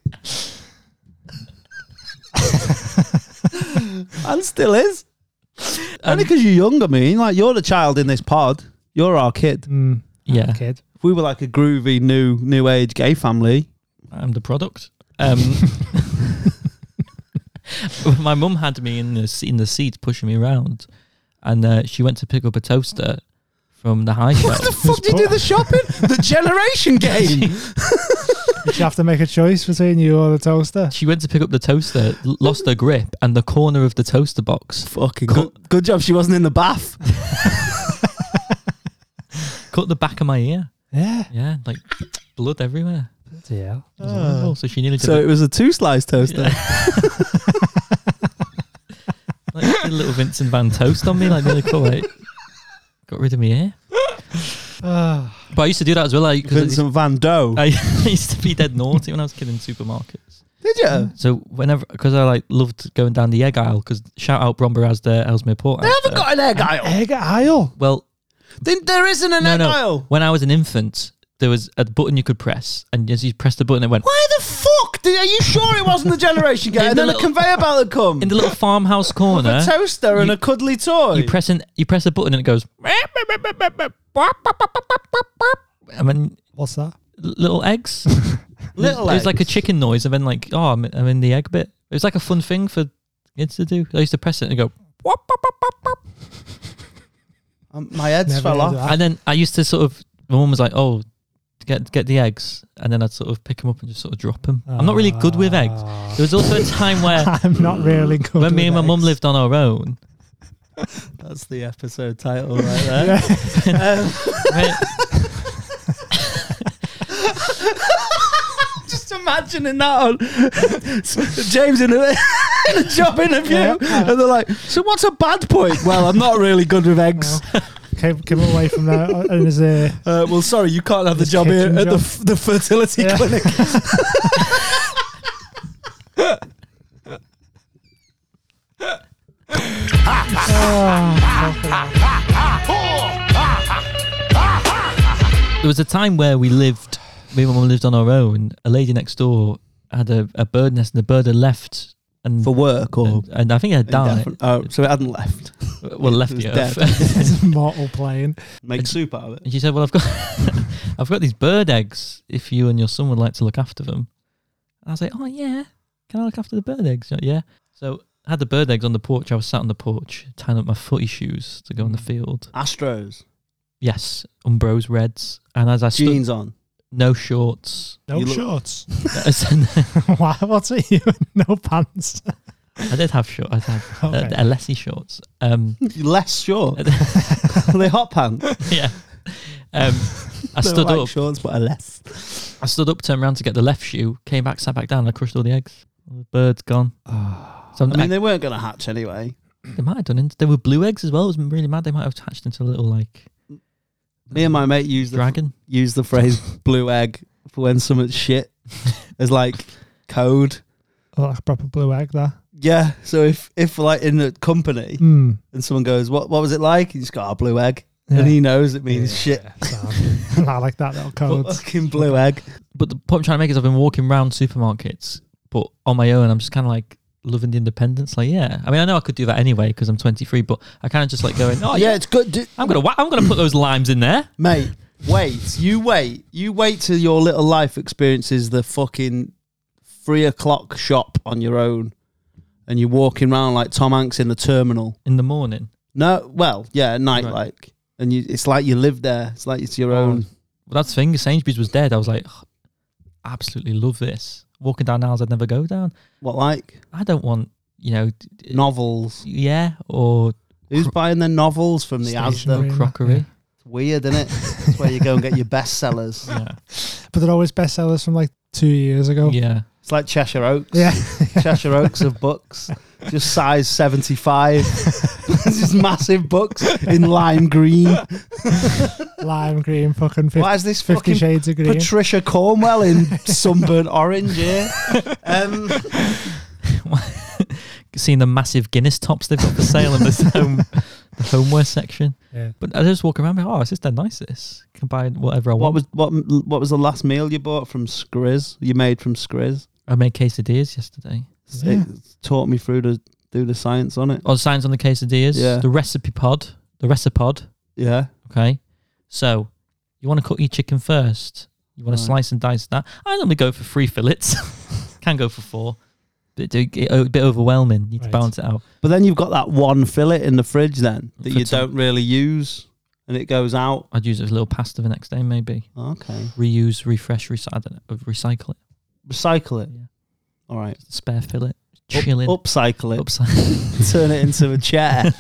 Speaker 3: [LAUGHS] and still is. Only because you're young, I mean. Like, you're the child in this pod. You're our kid.
Speaker 4: Mm,
Speaker 5: yeah,
Speaker 4: kid.
Speaker 3: If we were like a groovy, new, new age gay family,
Speaker 5: I'm the product. Um, [LAUGHS] my mum had me in the s- in the seat pushing me around, and uh, she went to pick up a toaster from the high shelf.
Speaker 3: fuck do you do the [LAUGHS] shopping? the generation game.
Speaker 4: Did you have to make a choice between you or the toaster?
Speaker 5: She went to pick up the toaster, l- lost her grip, and the corner of the toaster box
Speaker 3: Fucking good, good job she wasn't in the bath.
Speaker 5: cut the back of my ear.
Speaker 4: Yeah.
Speaker 5: Yeah, like blood everywhere.
Speaker 4: Yeah.
Speaker 5: It was horrible. So she nearly did
Speaker 3: [LAUGHS] Ah. So
Speaker 5: a-
Speaker 3: it was a two slice toaster.
Speaker 5: [LAUGHS] like did a little Vincent Van Toast on me, like really cool. Like, got rid of me hair.
Speaker 4: Ah.
Speaker 5: But I used to do that as well. Like, 'cause I used-
Speaker 3: Vincent Van Doe.
Speaker 5: I [LAUGHS] I used to be dead naughty when I was kid in supermarkets.
Speaker 3: Did you?
Speaker 5: So whenever, because I like loved going down the egg aisle. Because shout out Brom Asda, Ellesmere Port.
Speaker 3: They haven't got an egg [LAUGHS] aisle.
Speaker 4: Egg aisle.
Speaker 5: Well,
Speaker 3: Then there isn't an
Speaker 5: no,
Speaker 3: egg
Speaker 5: no.
Speaker 3: aisle.
Speaker 5: When I was an infant, there was a button you could press, and as you pressed the button, it went
Speaker 3: Why the fuck? Did, are you sure it wasn't the generation [LAUGHS] game?
Speaker 5: In
Speaker 3: and
Speaker 5: the
Speaker 3: then a
Speaker 5: little-
Speaker 3: conveyor belt would come.
Speaker 5: in the little [LAUGHS] farmhouse corner.
Speaker 3: a toaster and
Speaker 5: you-
Speaker 3: a cuddly toy.
Speaker 5: You press an, you press a button, and it [LAUGHS] goes. And then
Speaker 4: What's that?
Speaker 5: little [LAUGHS] eggs.
Speaker 3: Little
Speaker 5: It was like a
Speaker 3: eggs.
Speaker 5: chicken noise, and then like, oh, I'm, I'm in the egg bit. It was like a fun thing for kids to do. I used to press it and go, "Wop, wop, wop, wop, wop."
Speaker 3: Um, my head
Speaker 4: Never
Speaker 3: fell
Speaker 4: heard
Speaker 3: off.
Speaker 4: of that.
Speaker 5: and then I used to sort of. My mum was like, oh, get get the eggs, and then I'd sort of pick them up and just sort of drop them. I'm not really good with
Speaker 3: Ah.
Speaker 5: eggs. There was also a time
Speaker 3: [LAUGHS]
Speaker 5: where
Speaker 4: Ah. [LAUGHS] I'm not really good.
Speaker 5: when me and my
Speaker 4: with
Speaker 5: mum
Speaker 4: eggs.
Speaker 5: lived on our own,
Speaker 3: That's the episode title right there.
Speaker 5: when-
Speaker 3: Just imagining that on James in a, in a job interview, and they're like, "So what's a bad point?" Well, I'm not really good with eggs.
Speaker 4: Came, came away from that uh, and is
Speaker 3: [LAUGHS]
Speaker 4: a
Speaker 3: Uh, well, sorry, you can't have the
Speaker 5: [LAUGHS]
Speaker 4: His
Speaker 3: job here
Speaker 4: kitchen
Speaker 3: at the,
Speaker 4: job.
Speaker 3: f- the fertility
Speaker 4: Yeah. [LAUGHS]
Speaker 3: clinic.
Speaker 5: there was a time where we lived, me and my mum lived on our own. A lady next door had a, a bird nest, and the bird had left, and
Speaker 3: for work [LAUGHS] or
Speaker 5: and, and I think it had died.
Speaker 3: indefinite- oh, so it hadn't left.
Speaker 5: Well, left
Speaker 3: It
Speaker 5: the
Speaker 3: was
Speaker 5: earth. [LAUGHS]
Speaker 4: mortal plane.
Speaker 3: Make soup out of it.
Speaker 5: And she said, "Well, I've got, [LAUGHS] I've got these bird eggs. If you and your son would like to look after them," and I was like, "Oh yeah, can I look after the bird eggs?" She's like, yeah. So I had the bird eggs on the porch. I was sat on the porch, tying up my footy shoes to go
Speaker 3: Hmm.
Speaker 5: on the field.
Speaker 3: Astros
Speaker 5: Yes, Umbros reds, and as I stood,
Speaker 3: jeans [LAUGHS] on. [LAUGHS]
Speaker 5: no shorts.
Speaker 4: No
Speaker 3: You look-
Speaker 4: shorts. [LAUGHS]
Speaker 5: I
Speaker 4: Why? What's it? You no pants. [LAUGHS]
Speaker 5: did have shorts. I had uh,
Speaker 4: Okay.
Speaker 5: the Alessi shorts. Um,
Speaker 3: [LAUGHS] Less short. [LAUGHS] Are they hot pants?
Speaker 5: [LAUGHS] yeah. Um,
Speaker 3: [LAUGHS]
Speaker 5: I
Speaker 3: They're
Speaker 5: stood
Speaker 3: like
Speaker 5: up.
Speaker 3: shorts, but are less.
Speaker 5: I stood up, turned around to get the left shoe, came back, sat back down, and I crushed all the eggs. All the bird's gone. So I'm-
Speaker 3: Ah. I mean, they weren't going to hatch anyway.
Speaker 5: They might have done it. They were blue eggs as well. It was really mad. They might have hatched into a little like
Speaker 3: Me and my mate used the,
Speaker 5: dragon.
Speaker 3: used the phrase [LAUGHS] "blue egg" for when something's shit as like code.
Speaker 4: Oh, like a proper blue egg there.
Speaker 3: Yeah. So if if like in the company
Speaker 4: Hmm.
Speaker 3: and someone goes, "What what was it like?" He's got a "Ah, blue egg,
Speaker 4: Yeah.
Speaker 3: and he knows it means shit. [LAUGHS]
Speaker 4: Sound. [LAUGHS] I like that little code.
Speaker 3: Fucking blue egg.
Speaker 5: But the point I'm trying to make is I've been walking around supermarkets, but on my own, I'm just kind of like loving the independence. Like, yeah. I mean, I know I could do that anyway because I'm 23, but I kind of just like going, oh [LAUGHS] yeah,
Speaker 3: it's good. Do-
Speaker 5: I'm gonna wa- I'm gonna put those limes in there.
Speaker 3: Mate, wait. You wait. You wait till your little life experiences the fucking three o'clock shop on your own and you're walking around like Tom Hanks in the terminal.
Speaker 5: in the morning.
Speaker 3: No, well, yeah, at night
Speaker 5: Right.
Speaker 3: like. And you, it's like you live there. It's like it's your own.
Speaker 5: Well, that's the thing. Sainsbury's was dead. I was like, "Ugh, absolutely love this. Walking down aisles I'd never go down.
Speaker 3: What, like?
Speaker 5: I don't want you know, d- d-
Speaker 3: Novels.
Speaker 5: yeah, or
Speaker 3: Who's buying their novels from the
Speaker 4: Stationery.
Speaker 3: Asda?
Speaker 5: or crockery.
Speaker 3: It's weird, isn't it? It's where you go and get your bestsellers.
Speaker 5: Yeah.
Speaker 4: But they're always bestsellers from like two years ago.
Speaker 5: yeah.
Speaker 3: It's like Cheshire Oaks.
Speaker 4: Yeah.
Speaker 3: [LAUGHS] Cheshire Oaks of books, just size 75. [LAUGHS] just massive books in lime green.
Speaker 4: [LAUGHS] [LAUGHS] Lime green, fucking 50,
Speaker 3: Why is this
Speaker 4: 50
Speaker 3: fucking
Speaker 4: shades of green.
Speaker 3: Patricia Cornwell in sunburnt orange here? Um,
Speaker 5: Seeing the massive Guinness tops they've got for sale
Speaker 3: [LAUGHS]
Speaker 5: in this home, the homeware section.
Speaker 4: Yeah.
Speaker 5: But I just walk around, and, oh, it's just dead nice. This can buy whatever I
Speaker 3: what
Speaker 5: want.
Speaker 3: was what what was the last meal you bought from Scriz? You made from Scriz?
Speaker 5: I made quesadillas yesterday.
Speaker 4: Yeah.
Speaker 3: It taught me through to do the science on it.
Speaker 5: Oh, signs on the quesadillas.
Speaker 3: Yeah.
Speaker 5: The recipe pod. The recipod.
Speaker 3: Yeah.
Speaker 5: Okay. So you want to cook your chicken first. You want
Speaker 3: Right.
Speaker 5: to slice and dice that. I normally go for three fillets. [LAUGHS] Can go for four. Bit, do- get a bit overwhelming. You need
Speaker 4: Right.
Speaker 5: to balance it out.
Speaker 3: But then you've got that one fillet in the fridge then that
Speaker 5: For
Speaker 3: you
Speaker 5: two.
Speaker 3: don't really use and it goes out.
Speaker 5: I'd use it as a little pasta the next day, maybe.
Speaker 3: Oh. Okay.
Speaker 5: Reuse, refresh, recycle. I don't know, recycle it.
Speaker 3: Recycle it.
Speaker 5: Yeah.
Speaker 3: All right.
Speaker 5: Spare fillet.
Speaker 3: Up-
Speaker 5: Chilling.
Speaker 3: upcycle it.
Speaker 5: Upside.
Speaker 3: [LAUGHS] turn it into a chair.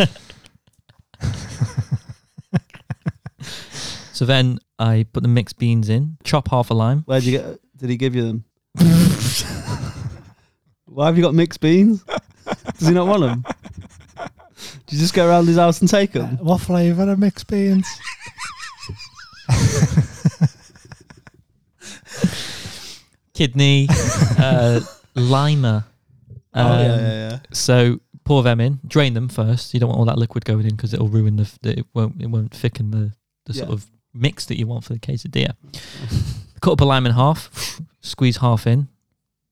Speaker 5: [LAUGHS] so then I put the mixed beans in, chop half a lime.
Speaker 3: Where'd you get? Did he give you them? [LAUGHS] Why have you got mixed beans? Does he not want them? Do you just go around his house and take
Speaker 5: Um,
Speaker 3: them?
Speaker 4: What flavour of mixed
Speaker 3: [LAUGHS]
Speaker 4: beans?
Speaker 3: [LAUGHS]
Speaker 5: kidney, uh, lima. Um,
Speaker 3: oh, yeah, yeah, yeah.
Speaker 5: So pour them in, drain them first. You don't want all that liquid going in because it'll ruin the, f- the. It won't. It won't thicken the the sort
Speaker 3: Yeah.
Speaker 5: of mix that you want for the quesadilla. [LAUGHS] Cut up a lime in half, squeeze half in.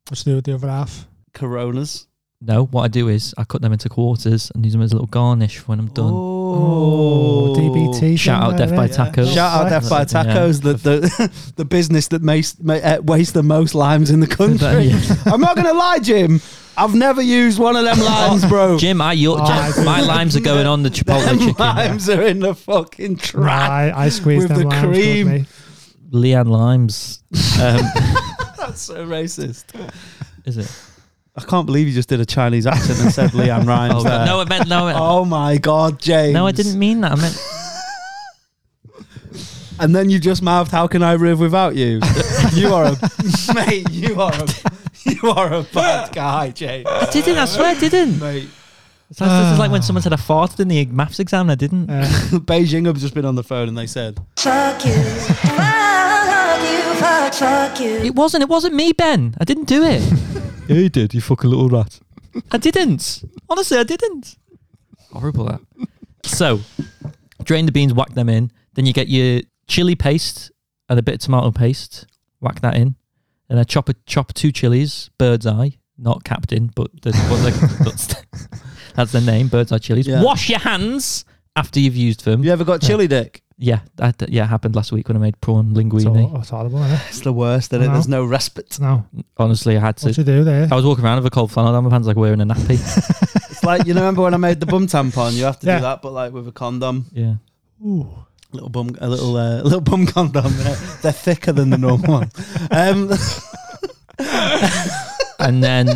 Speaker 4: What to do with the other half?
Speaker 3: Coronas.
Speaker 5: No, what I do is I cut them into quarters and use them as a little garnish when I'm done.
Speaker 3: Oh,
Speaker 4: DBT.
Speaker 5: Shout out
Speaker 4: thing
Speaker 5: Death by
Speaker 4: there, innit?
Speaker 5: Tacos.
Speaker 3: Shout out Death
Speaker 5: That's
Speaker 3: by
Speaker 5: it, yeah.
Speaker 3: Tacos, the, the [LAUGHS] the business that mas- ma- uh, wastes the most limes in the country.
Speaker 5: [LAUGHS] Yeah.
Speaker 3: [LAUGHS] I'm not gonna lie, Jim. I've never used one of them limes, bro.
Speaker 5: [LAUGHS] Jim, I, your,
Speaker 4: Oh,
Speaker 3: [LAUGHS]
Speaker 4: I
Speaker 5: Jim, my limes are going on the chipotle
Speaker 3: them
Speaker 5: chicken.
Speaker 3: limes are in the fucking
Speaker 4: Nah,
Speaker 3: trash.
Speaker 4: I, I squeezed
Speaker 3: With the
Speaker 4: them limes, good
Speaker 3: cream.
Speaker 4: mate.
Speaker 5: Leanne limes, um,
Speaker 3: [LAUGHS] That's so racist. [LAUGHS]
Speaker 5: is it?
Speaker 3: I can't believe you just did a Chinese accent and said
Speaker 5: [LAUGHS]
Speaker 3: Leanne Rhymes
Speaker 5: Oh
Speaker 3: there.
Speaker 5: no, I meant no. I meant-
Speaker 3: Oh my God, James.
Speaker 5: No, I didn't mean that. I meant
Speaker 3: And then you just mouthed, "How can I live without
Speaker 5: [LAUGHS]
Speaker 3: you?" you are a [LAUGHS] mate. You are a [LAUGHS] you are a bad guy, James.
Speaker 5: I didn't. I swear,
Speaker 3: [LAUGHS]
Speaker 5: I didn't.
Speaker 3: Mate,
Speaker 5: It's like, this is like when someone said I farted in the maths exam and I didn't.
Speaker 4: Uh,
Speaker 3: Beijing have just been on the phone and they said,
Speaker 7: Fuck you, fuck you, fuck, fuck you.
Speaker 5: It wasn't. It wasn't me, Ben. I didn't do it.
Speaker 3: [LAUGHS] "Yeah, you did. You fucking little rat."
Speaker 5: I didn't. Honestly, I didn't. Horrible that. So, drain the beans, whack them in. Then you get your chili paste and a bit of tomato paste. Whack that in, and I chop a, chop two chilies, bird's eye, not captain, but the, what the, that's, [LAUGHS] that's the name, bird's eye chilies.
Speaker 3: Yeah.
Speaker 5: Wash your hands after you've used them.
Speaker 3: You ever got chili dick?
Speaker 5: Yeah, that yeah it happened last week when I made prawn
Speaker 4: it's,
Speaker 5: linguine.
Speaker 4: all, it's horrible, isn't it?
Speaker 3: It's the worst. That
Speaker 4: No.
Speaker 3: there's no respite.
Speaker 4: No.
Speaker 5: Honestly, I had
Speaker 4: What
Speaker 5: to.
Speaker 4: you do there?
Speaker 5: I was walking around with a cold flannel down my pants like wearing a nappy.
Speaker 3: It's like you remember when I made the bum tampon. You have to
Speaker 4: Yeah.
Speaker 3: do that, but like with a condom,
Speaker 5: yeah,
Speaker 4: Ooh.
Speaker 3: little bum, a little uh, [LAUGHS] little bum condom. They're, they're thicker than the normal one. [LAUGHS] Um,
Speaker 5: and then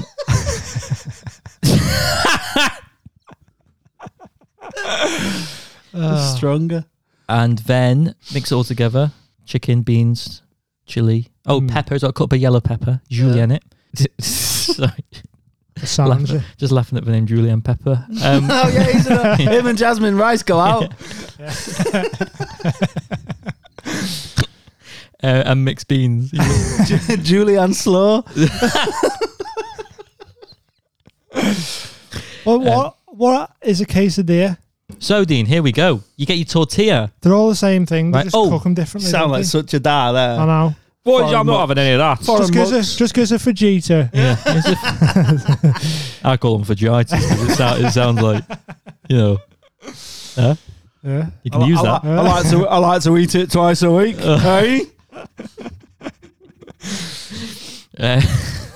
Speaker 3: Ah. stronger.
Speaker 5: and then mix it all together: chicken, beans, chili. Oh,
Speaker 4: Mm.
Speaker 5: peppers. I cut up a yellow pepper, julienne it. Sorry,
Speaker 4: The challenge.
Speaker 5: Laugh just laughing at the name Julienne Pepper.
Speaker 3: [LAUGHS]
Speaker 5: Um,
Speaker 3: Oh yeah, he's in a- him and Jasmine Rice go [LAUGHS] out.
Speaker 5: uh, and mixed beans.
Speaker 3: Ju- Julianne Slaw.
Speaker 5: Um,
Speaker 4: Well, what, what is a quesadilla?
Speaker 5: so, Dean, here we go. You get your tortilla.
Speaker 4: They're all the same thing. They
Speaker 5: Right.
Speaker 4: just
Speaker 5: Oh,
Speaker 4: cook them differently.
Speaker 3: Sound like
Speaker 4: don't
Speaker 3: such a da
Speaker 4: they?
Speaker 3: there.
Speaker 4: I know.
Speaker 5: Boy,
Speaker 3: I'm not
Speaker 5: having any of that.
Speaker 4: Just
Speaker 3: Foreign
Speaker 4: because
Speaker 3: mugs.
Speaker 4: a, just 'cause a fajita.
Speaker 5: [LAUGHS] Yeah. It's a- I call them vagitis because it, sound, it sounds like, you know, huh?
Speaker 4: Yeah.
Speaker 5: you can use
Speaker 3: I,
Speaker 5: that.
Speaker 3: I, I like [LAUGHS] to I like to eat it twice a
Speaker 5: [LAUGHS]
Speaker 3: week. hey,
Speaker 5: Uh,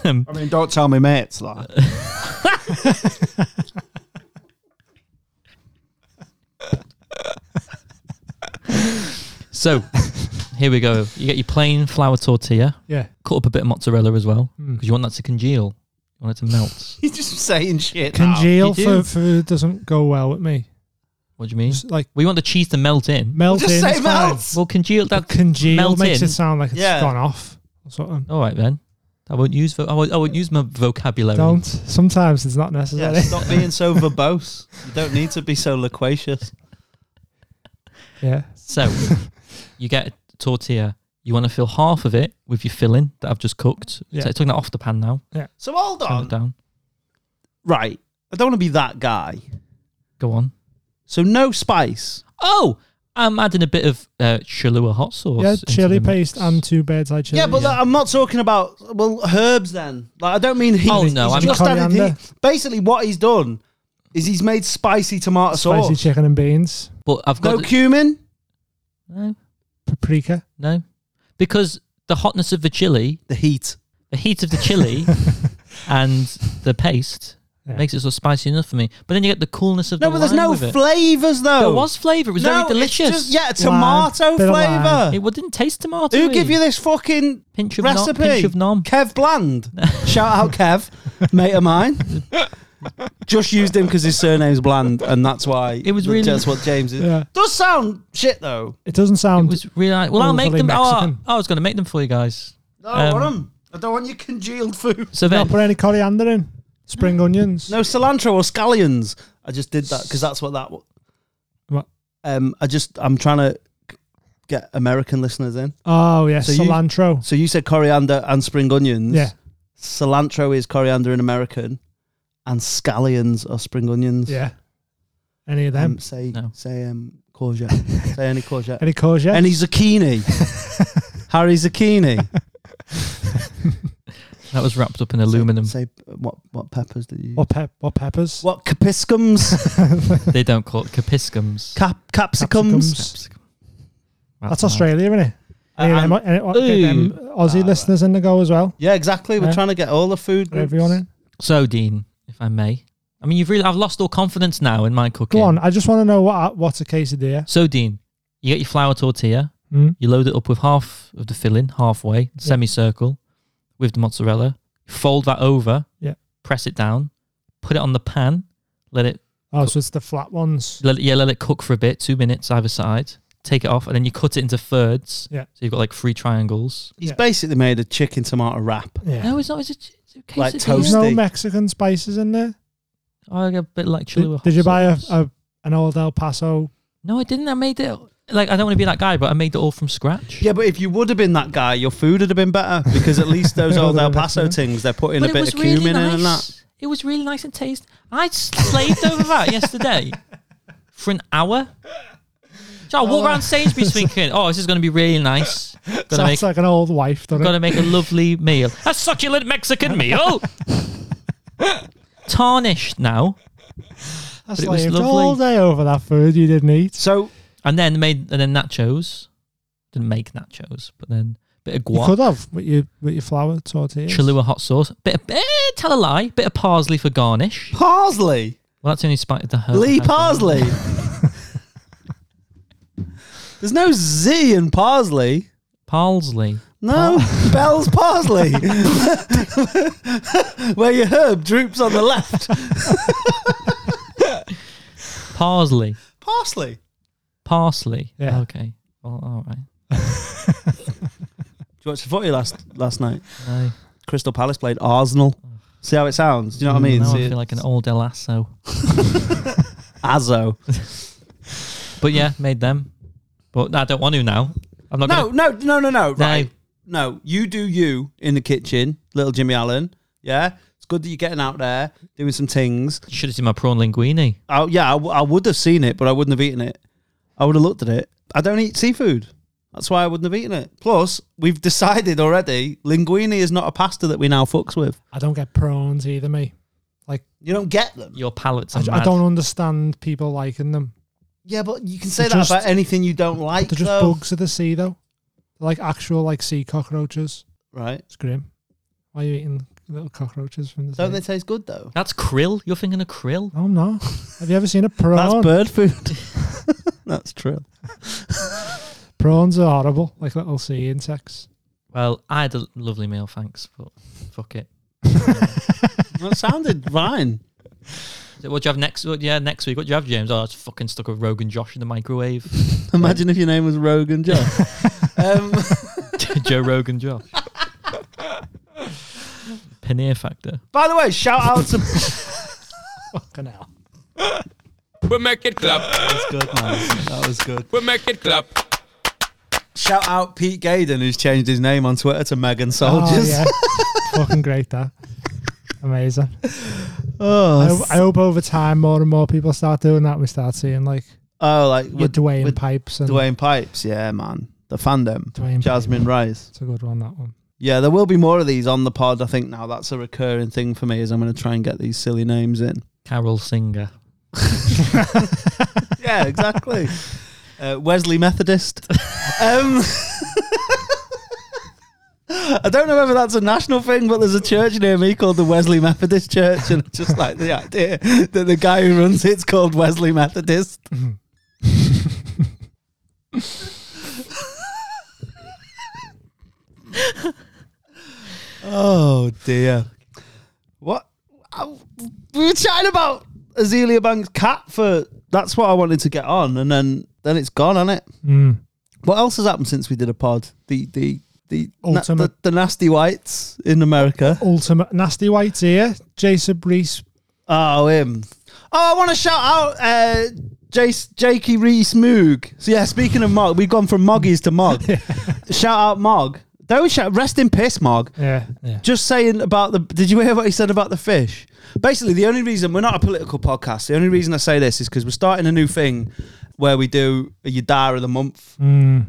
Speaker 5: um,
Speaker 3: I mean, don't tell me mates like.
Speaker 5: so here we go. You get your plain flour tortilla,
Speaker 4: Yeah.
Speaker 5: cut up a bit of mozzarella as well
Speaker 4: Mm.
Speaker 5: because you want that to congeal. You wanted to melt.
Speaker 3: [LAUGHS] He's just saying shit. now.
Speaker 4: Congeal
Speaker 5: You
Speaker 4: for
Speaker 5: do.
Speaker 4: food doesn't go well with me.
Speaker 5: what do you mean?
Speaker 4: Just like
Speaker 5: We want the cheese to melt in.
Speaker 4: melt
Speaker 3: Just
Speaker 4: in.
Speaker 3: say
Speaker 4: is fine.
Speaker 3: melt.
Speaker 5: Well, congeal that.
Speaker 4: Congeal
Speaker 5: Melt
Speaker 4: makes
Speaker 5: in.
Speaker 4: it sound like it's
Speaker 3: Yeah.
Speaker 4: gone off or something.
Speaker 5: All right then. I won't use. Vo- I, won't, I won't use my vocabulary.
Speaker 4: Don't. Sometimes it's not
Speaker 3: Yeah,
Speaker 4: necessary. Yeah.
Speaker 3: stop being so verbose. You don't need to be so loquacious.
Speaker 4: [LAUGHS]
Speaker 5: So, you get a tortilla. You want to fill half of it with your filling that I've just cooked.
Speaker 4: Yeah. Uh-huh.
Speaker 5: So, taking that off the pan now.
Speaker 3: So hold
Speaker 5: Turn
Speaker 3: on.
Speaker 5: it down.
Speaker 3: Right. I don't want to be that guy.
Speaker 5: Go on.
Speaker 3: So no spice.
Speaker 5: Oh, I'm adding a bit of uh, Cholula hot sauce.
Speaker 4: Yeah,
Speaker 5: into
Speaker 4: chili
Speaker 5: the mix.
Speaker 4: paste and two bird's eye chili.
Speaker 3: Yeah, but that- I'm not talking about well herbs then. Like I don't mean heat.
Speaker 5: Oh, no,
Speaker 3: He's
Speaker 5: I'm-
Speaker 3: just added
Speaker 4: Coriander.
Speaker 3: heat. Basically what he's done is he's made spicy tomato
Speaker 4: spicy
Speaker 3: sauce.
Speaker 4: chicken and beans,
Speaker 5: But I've
Speaker 3: no
Speaker 5: got the-
Speaker 3: cumin.
Speaker 5: no,
Speaker 4: paprika.
Speaker 5: no, because the hotness of the chili,
Speaker 3: The heat.
Speaker 5: the heat of
Speaker 3: [LAUGHS]
Speaker 5: the chili, and the paste
Speaker 4: Yeah.
Speaker 5: makes it so spicy enough for me. But then you get the coolness of
Speaker 3: No,
Speaker 5: the
Speaker 3: but there's
Speaker 5: lime
Speaker 3: no
Speaker 5: with it.
Speaker 3: flavours though.
Speaker 5: There was flavour. It was
Speaker 3: No,
Speaker 5: very
Speaker 3: it's
Speaker 5: delicious.
Speaker 3: just- yeah,
Speaker 4: Lime,
Speaker 3: tomato
Speaker 4: bit of
Speaker 3: flavour.
Speaker 5: It wa- didn't taste tomato.
Speaker 3: Who give you this fucking
Speaker 5: pinch of
Speaker 3: recipe?
Speaker 5: nom? Pinch of nom.
Speaker 3: Kev
Speaker 5: [LAUGHS]
Speaker 3: Bland. Shout out Kev, mate of mine. Just used him because his surname's Bland, and that's why
Speaker 5: It was really-
Speaker 3: that's what James is.
Speaker 4: Yeah.
Speaker 3: Does sound shit though.
Speaker 4: It doesn't
Speaker 5: It
Speaker 4: sound.
Speaker 5: was really. Well, I'll make
Speaker 4: overly
Speaker 5: them. Oh, I-
Speaker 4: Mexican.
Speaker 5: I was going to make them for you guys.
Speaker 3: No, I
Speaker 5: Um,
Speaker 3: want 'em. I don't want your congealed food.
Speaker 5: So
Speaker 4: not
Speaker 5: then,
Speaker 4: put any coriander in. Spring onions.
Speaker 3: No cilantro or scallions. I just did that because that's what that. wa-
Speaker 4: What?
Speaker 3: Um, I just I'm trying to get American listeners in.
Speaker 4: Oh yeah,
Speaker 3: So you-
Speaker 4: cilantro.
Speaker 3: So you said coriander and spring onions.
Speaker 4: yeah,
Speaker 3: Cilantro is coriander in American, and scallions are spring onions.
Speaker 4: yeah. Any of them?
Speaker 3: Um, say
Speaker 5: No.
Speaker 3: say um [LAUGHS] courgette. say any courgette.
Speaker 4: any courgette?
Speaker 3: Any zucchini. [LAUGHS] Harry zucchini.
Speaker 5: that was wrapped up in
Speaker 3: [LAUGHS]
Speaker 5: aluminum.
Speaker 3: Say what what peppers did you?
Speaker 4: or pep or peppers?
Speaker 3: What [LAUGHS] capiscums?
Speaker 5: they don't call it capiscums.
Speaker 3: Cap capsicums. Uh,
Speaker 4: That's Australia, isn't it? Any of
Speaker 3: Um, Uh,
Speaker 4: them, any, get them Aussie listeners in the go as well.
Speaker 3: Yeah, exactly. We're
Speaker 4: Yeah.
Speaker 3: trying to get all the food.
Speaker 4: For everyone in.
Speaker 5: So, Dean, if I may, I mean, you've really, I've lost all confidence now in my
Speaker 4: Go
Speaker 5: cooking.
Speaker 4: on. I just want to know what what's a quesadilla.
Speaker 5: So, Dean, you get your flour tortilla,
Speaker 4: Mm.
Speaker 5: you load it up with half of the filling, halfway, semicircle, with the mozzarella, fold that over,
Speaker 4: Yeah.
Speaker 5: press it down, put it on the pan, let it,
Speaker 4: Oh, so it's the flat ones.
Speaker 5: let it, yeah, let it cook for a bit, two minutes either side, take it off, and then you cut it into thirds.
Speaker 4: Yeah.
Speaker 5: So you've got like three triangles.
Speaker 3: He's
Speaker 4: Yeah.
Speaker 3: basically made a chicken tomato wrap.
Speaker 4: Yeah.
Speaker 5: No, it's not. It's a, it's a
Speaker 3: Like
Speaker 5: quesadilla.
Speaker 3: toast.
Speaker 4: There's no
Speaker 3: Toasty.
Speaker 4: Mexican spices in there.
Speaker 5: Oh, I got a bit like chili.
Speaker 4: Did,
Speaker 5: with
Speaker 4: did
Speaker 5: hot
Speaker 4: you buy a,
Speaker 5: sauce.
Speaker 4: a an old El Paso?
Speaker 5: No, I didn't. I made it. Like, I don't want to be that guy, but I made it all from scratch.
Speaker 3: Yeah, but if you would have been that guy, your food would have been better because at [LAUGHS] least those old El Paso things, they're putting
Speaker 5: but
Speaker 3: a
Speaker 5: it
Speaker 3: bit
Speaker 5: was
Speaker 3: of cumin
Speaker 5: really
Speaker 3: in
Speaker 5: nice.
Speaker 3: and that.
Speaker 5: It was really nice and taste. I slaved over
Speaker 3: [LAUGHS]
Speaker 5: that yesterday for an hour. So I
Speaker 3: Oh.
Speaker 5: walk around Sainsbury's thinking, "Oh, this is going to be really
Speaker 3: [LAUGHS]
Speaker 5: nice. Gonna make,
Speaker 4: Sounds like an old wife, doesn't
Speaker 5: gonna
Speaker 4: it?
Speaker 5: make a lovely meal, a succulent
Speaker 3: [LAUGHS]
Speaker 5: Mexican meal." Tarnished now,
Speaker 4: I
Speaker 5: but it was
Speaker 4: slaved
Speaker 5: lovely.
Speaker 4: all day over that food you didn't eat.
Speaker 3: So
Speaker 5: and then made and then nachos. Didn't make nachos, but then bit of
Speaker 4: You could
Speaker 5: guac,
Speaker 4: have with your with your flour tortillas.
Speaker 5: Cholula hot sauce, bit of eh, tell a lie, bit of parsley for garnish.
Speaker 3: parsley,
Speaker 5: Well, that's the only spite of the herb. [LAUGHS]
Speaker 3: Lee
Speaker 5: I've got.
Speaker 3: Parsley. There's no Z in parsley.
Speaker 5: Parsley.
Speaker 3: No, [LAUGHS] Bell's parsley, where your herb droops on the left.
Speaker 5: Parsley.
Speaker 3: Parsley.
Speaker 5: Parsley.
Speaker 4: Yeah.
Speaker 5: Okay. Well, all right.
Speaker 3: Did you watch the footy last last night?
Speaker 5: No,
Speaker 3: Crystal Palace played Arsenal. See how it sounds? Do you know what I mean? See
Speaker 5: now Mm, I
Speaker 3: it-
Speaker 5: feel like an old El Lasso.
Speaker 3: Azzo.
Speaker 5: But yeah, made them. But I don't want to now. I'm not
Speaker 3: No,
Speaker 5: [LAUGHS] going
Speaker 3: no, no, no, no.
Speaker 5: No.
Speaker 3: Right. No, you do you in the kitchen, little Jimmy Allen. Yeah. It's good that you're getting out there doing some things.
Speaker 5: to. Should have seen my prawn linguine.
Speaker 3: I, yeah, I, w- I would have seen it, but I wouldn't have eaten it. I would have looked at it. I don't eat seafood. That's why I wouldn't have eaten it. Plus, we've [LAUGHS] decided already linguine is not a pasta that we now fucks with.
Speaker 4: I don't get prawns either, mate.
Speaker 3: You don't get them.
Speaker 5: Your palate's
Speaker 4: I,
Speaker 5: are
Speaker 4: j- I
Speaker 5: mad.
Speaker 4: don't understand people liking them.
Speaker 3: Yeah, but you can say
Speaker 4: They're
Speaker 3: that
Speaker 4: just-
Speaker 3: about anything you don't like.
Speaker 4: They're just
Speaker 3: though.
Speaker 4: bugs of the sea, though. They're like actual like sea cockroaches.
Speaker 3: Right.
Speaker 4: It's grim. Why are you eating little cockroaches from the
Speaker 3: Don't
Speaker 4: sea?
Speaker 3: they taste good though?
Speaker 5: That's krill. You're thinking of krill.
Speaker 4: No, I'm not. Have you ever
Speaker 5: [LAUGHS]
Speaker 4: seen a prawn?
Speaker 3: That's bird food. [LAUGHS] That's true.
Speaker 4: Prawns are horrible, like little sea insects.
Speaker 5: Well, I had a lovely meal, thanks. But fuck it.
Speaker 3: That sounded fine.
Speaker 5: So what do you have next? What, yeah, next week. What do you have, James? Oh, it's fucking stuck with Rogan Josh in the microwave. [LAUGHS]
Speaker 3: Imagine if your name was Rogan
Speaker 4: [LAUGHS]
Speaker 3: Josh. um, [LAUGHS]
Speaker 5: Joe Rogan Josh. Paneer factor.
Speaker 3: by the way, shout out to
Speaker 4: Fucking hell.
Speaker 2: We make it clap.
Speaker 3: That's good, man. That was good.
Speaker 2: We make it clap.
Speaker 3: Shout out Pete Gaydon, who's changed his name on Twitter to Megan
Speaker 4: Oh,
Speaker 3: Soldiers. [LAUGHS]
Speaker 4: yeah. Fucking great, that. Amazing. I,
Speaker 3: Oh,
Speaker 4: hope- I hope over time more and more people start doing that. We start seeing like
Speaker 3: oh, like
Speaker 4: your
Speaker 3: with
Speaker 4: Dwayne
Speaker 3: with
Speaker 4: Pipes and
Speaker 3: Dwayne Pipes. Yeah, man. The fandom.
Speaker 4: Dwayne
Speaker 3: Jasmine Rice.
Speaker 4: It's a good one, that one.
Speaker 3: Yeah, there will be more of these on the pod. I think now that's a recurring thing for me is I'm going to try and get these silly names in.
Speaker 5: Carol Singer.
Speaker 3: Yeah, exactly. uh, Wesley Methodist. um, [LAUGHS] I don't know whether that's a national thing, but there's a church near me called the Wesley Methodist Church, and I just like the idea that the guy who runs it's called Wesley Methodist. [LAUGHS] oh dear! What I- we were chatting about Azealia Banks' cat for that's what I wanted to get on, and then then it's gone, hasn't it?
Speaker 4: Mm.
Speaker 3: What else has happened since we did a pod? The the the na-
Speaker 4: Ultimate-
Speaker 3: the, the nasty whites in America.
Speaker 4: Ultimate Nasty White's here. Jason Brees.
Speaker 3: Oh him. Oh, I want to shout out uh, Jace, Jakey Reese Moog. So yeah, speaking of Mog, we've gone from Moggies to Mog. shout out Mog. Don't shout. Rest in piss, Mog.
Speaker 4: Yeah. yeah.
Speaker 3: Just saying about the. Did you hear what he said about the fish? Basically, the only reason we're not a political podcast, the only reason I say this is because we're starting a new thing where we do a Yadar of the month,
Speaker 4: Mm.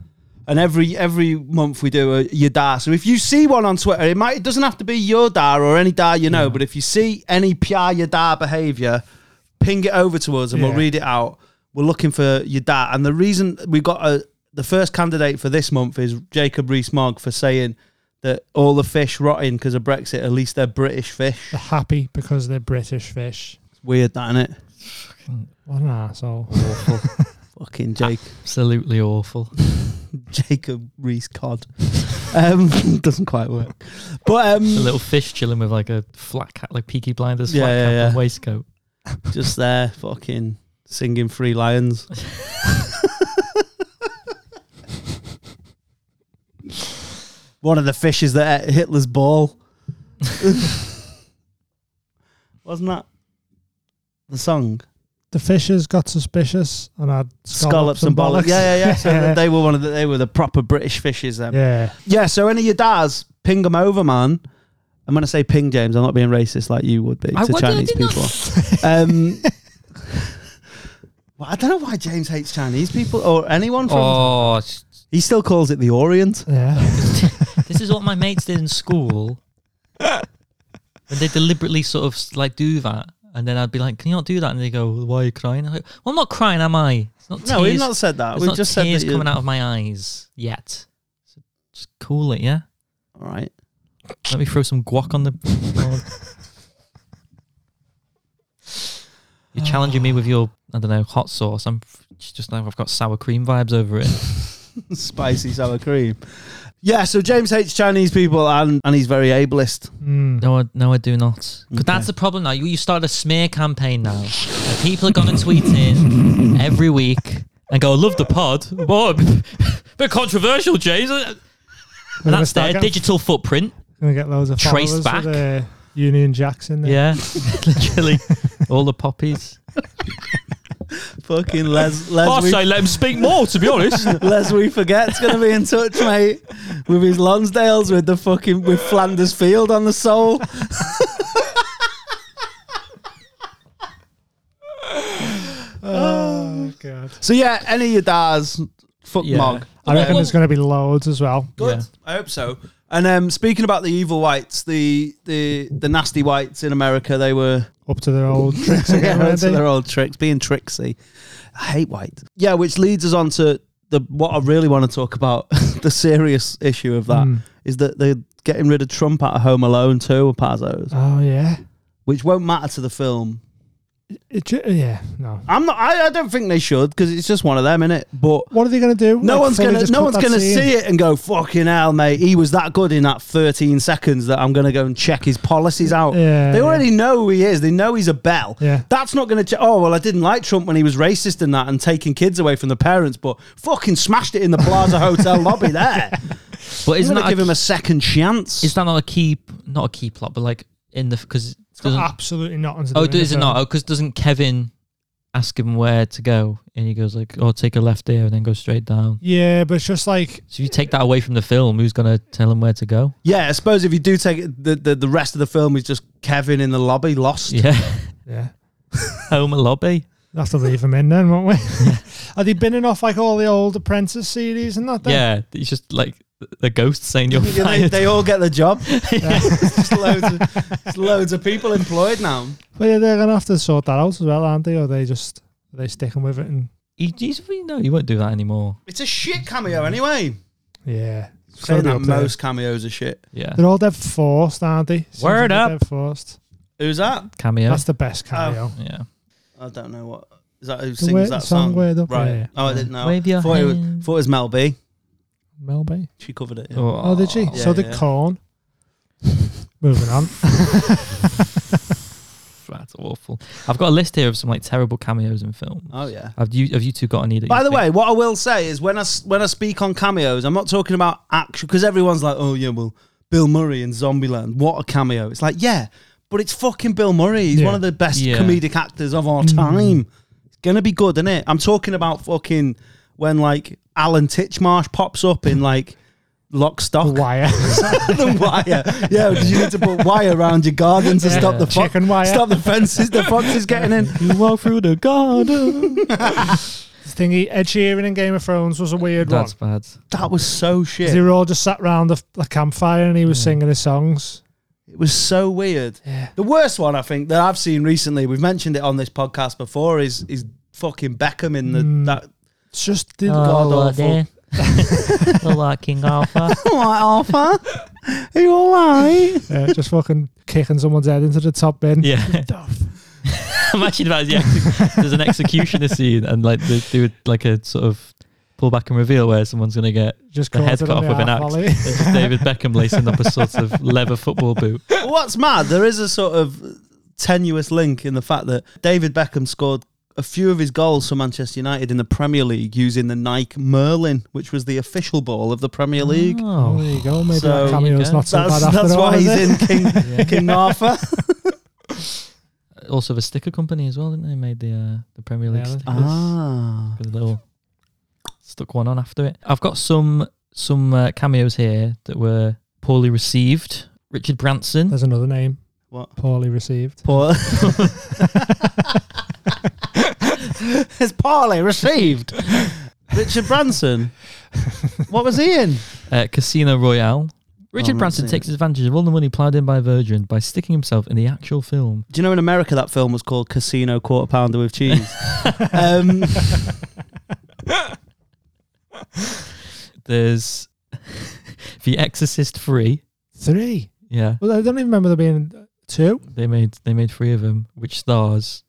Speaker 3: and every every month we do a Yadar. So if you see one on Twitter, it might it doesn't have to be your Dar or any Dar you know, but if you see any PR Yadar behaviour, ping it over to us and we'll
Speaker 4: Yeah.
Speaker 3: read it out. We're looking for Yadar, and the reason we got a the first candidate for this month is Jacob Rees-Mogg for saying that all the fish rotting because of Brexit. At least they're British fish.
Speaker 4: [LAUGHS] They're happy because they're British fish.
Speaker 3: It's weird, that isn't it?
Speaker 4: What
Speaker 3: [LAUGHS]
Speaker 4: an asshole.
Speaker 3: Fucking Jake,
Speaker 5: Absolutely awful.
Speaker 3: Jacob Rees Cod. [LAUGHS] Um, [LAUGHS] doesn't quite work, but
Speaker 5: A
Speaker 3: um,
Speaker 5: little fish chilling with like a flat cap, like Peaky Blinders flat
Speaker 3: Yeah, yeah,
Speaker 5: cap and
Speaker 3: yeah. [LAUGHS]
Speaker 5: waistcoat.
Speaker 3: just there, fucking singing Free Lions. One of the fishes that ate Hitler's ball. [LAUGHS] Wasn't that the song?
Speaker 4: the fishers got suspicious and had
Speaker 3: Scallops, and bollocks. Yeah, yeah, yeah. So [LAUGHS]
Speaker 4: [LAUGHS] yeah.
Speaker 3: they were one of the they were the proper British fishes then.
Speaker 4: yeah.
Speaker 3: Yeah, so any of your dads, ping them over, man. And when I say ping, James, I'm not being racist like you would be
Speaker 5: I
Speaker 3: to
Speaker 5: would- I
Speaker 3: Chinese
Speaker 5: did not-
Speaker 3: people.
Speaker 5: [LAUGHS]
Speaker 3: um, well, I don't know why James hates Chinese people or anyone from.
Speaker 5: Oh, it's-
Speaker 3: He still calls it the Orient. [LAUGHS]
Speaker 4: yeah.
Speaker 5: [LAUGHS] this is what my mates did in school. And they deliberately sort of like do that. And then I'd be like, can you not do that? And they go, why are you crying? I'm like, well, I'm not crying, am I? It's not
Speaker 3: No, we've
Speaker 5: tears-
Speaker 3: not said that.
Speaker 5: It's
Speaker 3: We've
Speaker 5: not
Speaker 3: just said
Speaker 5: tears
Speaker 3: that.
Speaker 5: coming out of my eyes yet. So just cool it, yeah.
Speaker 3: All right. [LAUGHS]
Speaker 5: Let me throw some guac on the. [LAUGHS] You're challenging me with your, I don't know, hot sauce. I'm f- just now. I've got sour cream vibes over it.
Speaker 3: Spicy sour cream. Yeah, so James hates Chinese people and, and he's very ableist.
Speaker 4: Mm.
Speaker 5: [LAUGHS] No, I, no, I do not. 'Cause that's the problem now. You, you started a smear campaign now. And people are going to tweet [LAUGHS] in every week and go, I love the pod. What? a [LAUGHS] Bit controversial, James. And
Speaker 4: We're gonna
Speaker 5: that's
Speaker 4: start
Speaker 5: their
Speaker 4: get-
Speaker 5: digital footprint.
Speaker 4: Gonna get loads of
Speaker 5: Traced
Speaker 4: followers
Speaker 5: back.
Speaker 4: With, uh, Union Jacks in there.
Speaker 5: [LAUGHS] Yeah, literally. All the poppies.
Speaker 3: Fucking Les. Les we-
Speaker 5: let him speak more, to be
Speaker 3: [LAUGHS]
Speaker 5: honest.
Speaker 3: Les we forget's gonna be in touch, mate, with his Lonsdales, with the fucking with Flanders Field on the soul.
Speaker 4: Oh god.
Speaker 3: So yeah, any of your dads, fuck
Speaker 5: Yeah.
Speaker 3: mog.
Speaker 4: I reckon
Speaker 3: Um,
Speaker 4: there's gonna be loads as well.
Speaker 3: good.
Speaker 5: Yeah.
Speaker 3: I hope so. And um, speaking about the evil whites, the the the nasty whites in America, they
Speaker 4: [LAUGHS]
Speaker 3: were
Speaker 4: Up to
Speaker 3: [LAUGHS]
Speaker 4: their old tricks again.
Speaker 3: yeah,
Speaker 4: weren't
Speaker 3: to
Speaker 4: they?
Speaker 3: their old tricks, being tricksy. I hate white. Yeah, which leads us on to the what I really want to talk about. [LAUGHS] the serious issue of that is
Speaker 4: Mm.
Speaker 3: that they're getting rid of Trump out of Home Alone too, Pazos.
Speaker 4: Oh yeah.
Speaker 3: which won't matter to the film,
Speaker 4: It, ju- yeah, no.
Speaker 3: I'm not. I, I don't think they should because it's just one of them, innit? But
Speaker 4: What are they going to do?
Speaker 3: no
Speaker 4: Like,
Speaker 3: one's
Speaker 4: fully
Speaker 3: gonna.
Speaker 4: just
Speaker 3: No
Speaker 4: cut
Speaker 3: one's
Speaker 4: that
Speaker 3: gonna
Speaker 4: scene?
Speaker 3: see it and go, "Fucking hell, mate! He was that good in that 13 seconds that I'm gonna go and check his policies out."
Speaker 4: Yeah,
Speaker 3: they
Speaker 4: yeah.
Speaker 3: already know who he is. They know he's a bell.
Speaker 4: Yeah.
Speaker 3: That's not gonna. Ch- oh well, I didn't like Trump when he was racist and that and taking kids away from the parents, but fucking smashed it in the
Speaker 4: [LAUGHS]
Speaker 3: Plaza Hotel lobby there.
Speaker 5: But
Speaker 3: Isn't
Speaker 5: isn't that
Speaker 3: give
Speaker 5: a,
Speaker 3: him a second chance?
Speaker 5: is that not a key? Not a key plot, but like in the because
Speaker 4: Absolutely not. onto the
Speaker 5: Oh,
Speaker 4: window
Speaker 5: is it
Speaker 4: film.
Speaker 5: not? Oh, because doesn't Kevin ask him where to go, and he goes like, "Oh, take a left here and then go straight down."
Speaker 4: Yeah, but it's just like
Speaker 5: So if you take that away from the film, who's gonna tell him where to go?
Speaker 3: yeah, I suppose if you do take it, the, the the rest of the film is just Kevin in the lobby lost. [LAUGHS]
Speaker 5: Yeah, [LAUGHS]
Speaker 4: yeah.
Speaker 5: home and lobby.
Speaker 4: We'll have to leave them in then, won't we? [LAUGHS] Are they binning off like all the old Apprentice series and that? Then?
Speaker 5: Yeah, it's just like the ghost saying you're
Speaker 3: Yeah, they,
Speaker 5: fired.
Speaker 3: they all get the
Speaker 4: [LAUGHS]
Speaker 3: job. [LAUGHS] There's loads, of, there's loads of people employed now.
Speaker 4: But yeah, they're going to have to sort that out as well, aren't they? Or they just are they sticking with it and
Speaker 5: He, he's, no, you won't do that anymore.
Speaker 3: It's a shit cameo anyway.
Speaker 4: yeah. It's
Speaker 3: Saying
Speaker 4: gotta be
Speaker 3: that
Speaker 4: up there.
Speaker 3: most cameos are shit.
Speaker 5: Yeah,
Speaker 4: They're all dead forced, aren't they? Seems
Speaker 5: Word
Speaker 4: like
Speaker 5: up.
Speaker 4: they're Dead forced.
Speaker 3: Who's that?
Speaker 5: cameo.
Speaker 4: That's the best cameo.
Speaker 5: yeah,
Speaker 3: I don't know what. Is that who
Speaker 4: The way-
Speaker 3: sings that
Speaker 4: the song
Speaker 3: song?
Speaker 4: Word Up,
Speaker 3: right.
Speaker 4: yeah, yeah.
Speaker 3: Oh, I didn't know.
Speaker 5: Wave your
Speaker 3: thought, it was,
Speaker 5: hand.
Speaker 3: thought it was Mel B.
Speaker 4: Mel Bay.
Speaker 3: She covered it. yeah.
Speaker 5: Oh,
Speaker 4: Oh, did she?
Speaker 3: Yeah,
Speaker 4: so did
Speaker 3: yeah.
Speaker 4: Corn. [LAUGHS] Moving on.
Speaker 5: [LAUGHS]
Speaker 4: [LAUGHS]
Speaker 5: That's awful. I've got a list here of some like terrible cameos in films.
Speaker 3: Oh yeah.
Speaker 5: Have you have you two got any? That
Speaker 3: By
Speaker 5: you
Speaker 3: the
Speaker 5: think-
Speaker 3: way, what I will say is when I s- when I speak on cameos, I'm not talking about actual because everyone's like, oh yeah, well, Bill Murray in Zombieland, what a cameo! It's like, yeah, but it's fucking Bill Murray. He's
Speaker 4: Yeah.
Speaker 3: one of the best
Speaker 5: Yeah.
Speaker 3: comedic actors of our time. It's gonna be good, isn't it? I'm talking about fucking when like Alan Titchmarsh pops up in like Lock, [LAUGHS] Stock,
Speaker 4: Wire.
Speaker 3: the wire. Yeah, did you need to put wire around your garden to stop the fo-
Speaker 4: Chicken wire.
Speaker 3: stop the fences the foxes getting
Speaker 4: [LAUGHS]
Speaker 3: in?
Speaker 5: you walk through the garden.
Speaker 4: Thingy Ed Sheeran in Game of Thrones was a weird one.
Speaker 5: That's bad.
Speaker 3: That was so shit.
Speaker 4: They were all just sat round the, the campfire and he
Speaker 5: Hmm.
Speaker 4: was singing his songs.
Speaker 3: It was so weird. The worst one I think that I've seen recently, we've mentioned it on this podcast before, is is fucking Beckham in the
Speaker 4: Mm. [LAUGHS]
Speaker 3: that
Speaker 4: It's just
Speaker 5: Oh,
Speaker 4: did
Speaker 3: God awful. there.
Speaker 5: the King Alpha.
Speaker 3: Alright, Arthur. Are you [LAUGHS] alright?
Speaker 4: yeah, just fucking kicking someone's head into the top bin.
Speaker 5: Yeah. [LAUGHS] Imagine if I was the exe- there's an executioner scene and like they do like a sort of pull back and reveal where someone's gonna get
Speaker 4: Just
Speaker 5: the head
Speaker 4: caught it
Speaker 5: cut
Speaker 4: on
Speaker 5: off
Speaker 4: the
Speaker 5: with an
Speaker 4: arse,
Speaker 5: axe.
Speaker 4: Ollie.
Speaker 5: [LAUGHS] It's just David Beckham lacing up a sort
Speaker 4: [LAUGHS]
Speaker 5: of leather football boot.
Speaker 3: What's mad, there is a sort of tenuous link in the fact that David Beckham scored a few of his goals for Manchester United in the Premier League using the Nike Merlin, which was the official ball of the Premier League.
Speaker 4: Oh,
Speaker 5: Oh.
Speaker 4: there you go. Maybe
Speaker 3: So-
Speaker 4: that cameo's
Speaker 5: Yeah.
Speaker 4: not so
Speaker 3: That's,
Speaker 4: bad after
Speaker 3: that's
Speaker 4: all.
Speaker 3: why
Speaker 4: is
Speaker 3: he's
Speaker 4: it?
Speaker 3: in King,
Speaker 5: Oh,
Speaker 4: [LAUGHS]
Speaker 3: King Arthur.
Speaker 5: Also the sticker company as well, didn't they? Made the uh, the Premier League
Speaker 4: Yeah.
Speaker 5: stickers.
Speaker 3: Ah.
Speaker 5: Got a little stuck one on after it. I've got some some uh, cameos here that were poorly received. Richard Branson.
Speaker 4: There's another name.
Speaker 3: What?
Speaker 4: Poorly
Speaker 3: [LAUGHS]
Speaker 4: received. [LAUGHS]
Speaker 3: Poor. His parlay received. [LAUGHS] Richard Branson. What was he in?
Speaker 5: Uh, Casino Royale. Richard
Speaker 3: not
Speaker 5: Branson
Speaker 3: seen
Speaker 5: takes advantage of all the money ploughed in by Virgin by sticking himself in the actual film.
Speaker 3: Do you know in America that film was called Casino Quarter Pounder with Cheese? [LAUGHS] um,
Speaker 5: [LAUGHS]
Speaker 3: [LAUGHS]
Speaker 5: There's The Exorcist Three.
Speaker 4: Three.
Speaker 5: Yeah,
Speaker 4: Well, I don't even remember there being two.
Speaker 5: they made they made three of them, which stars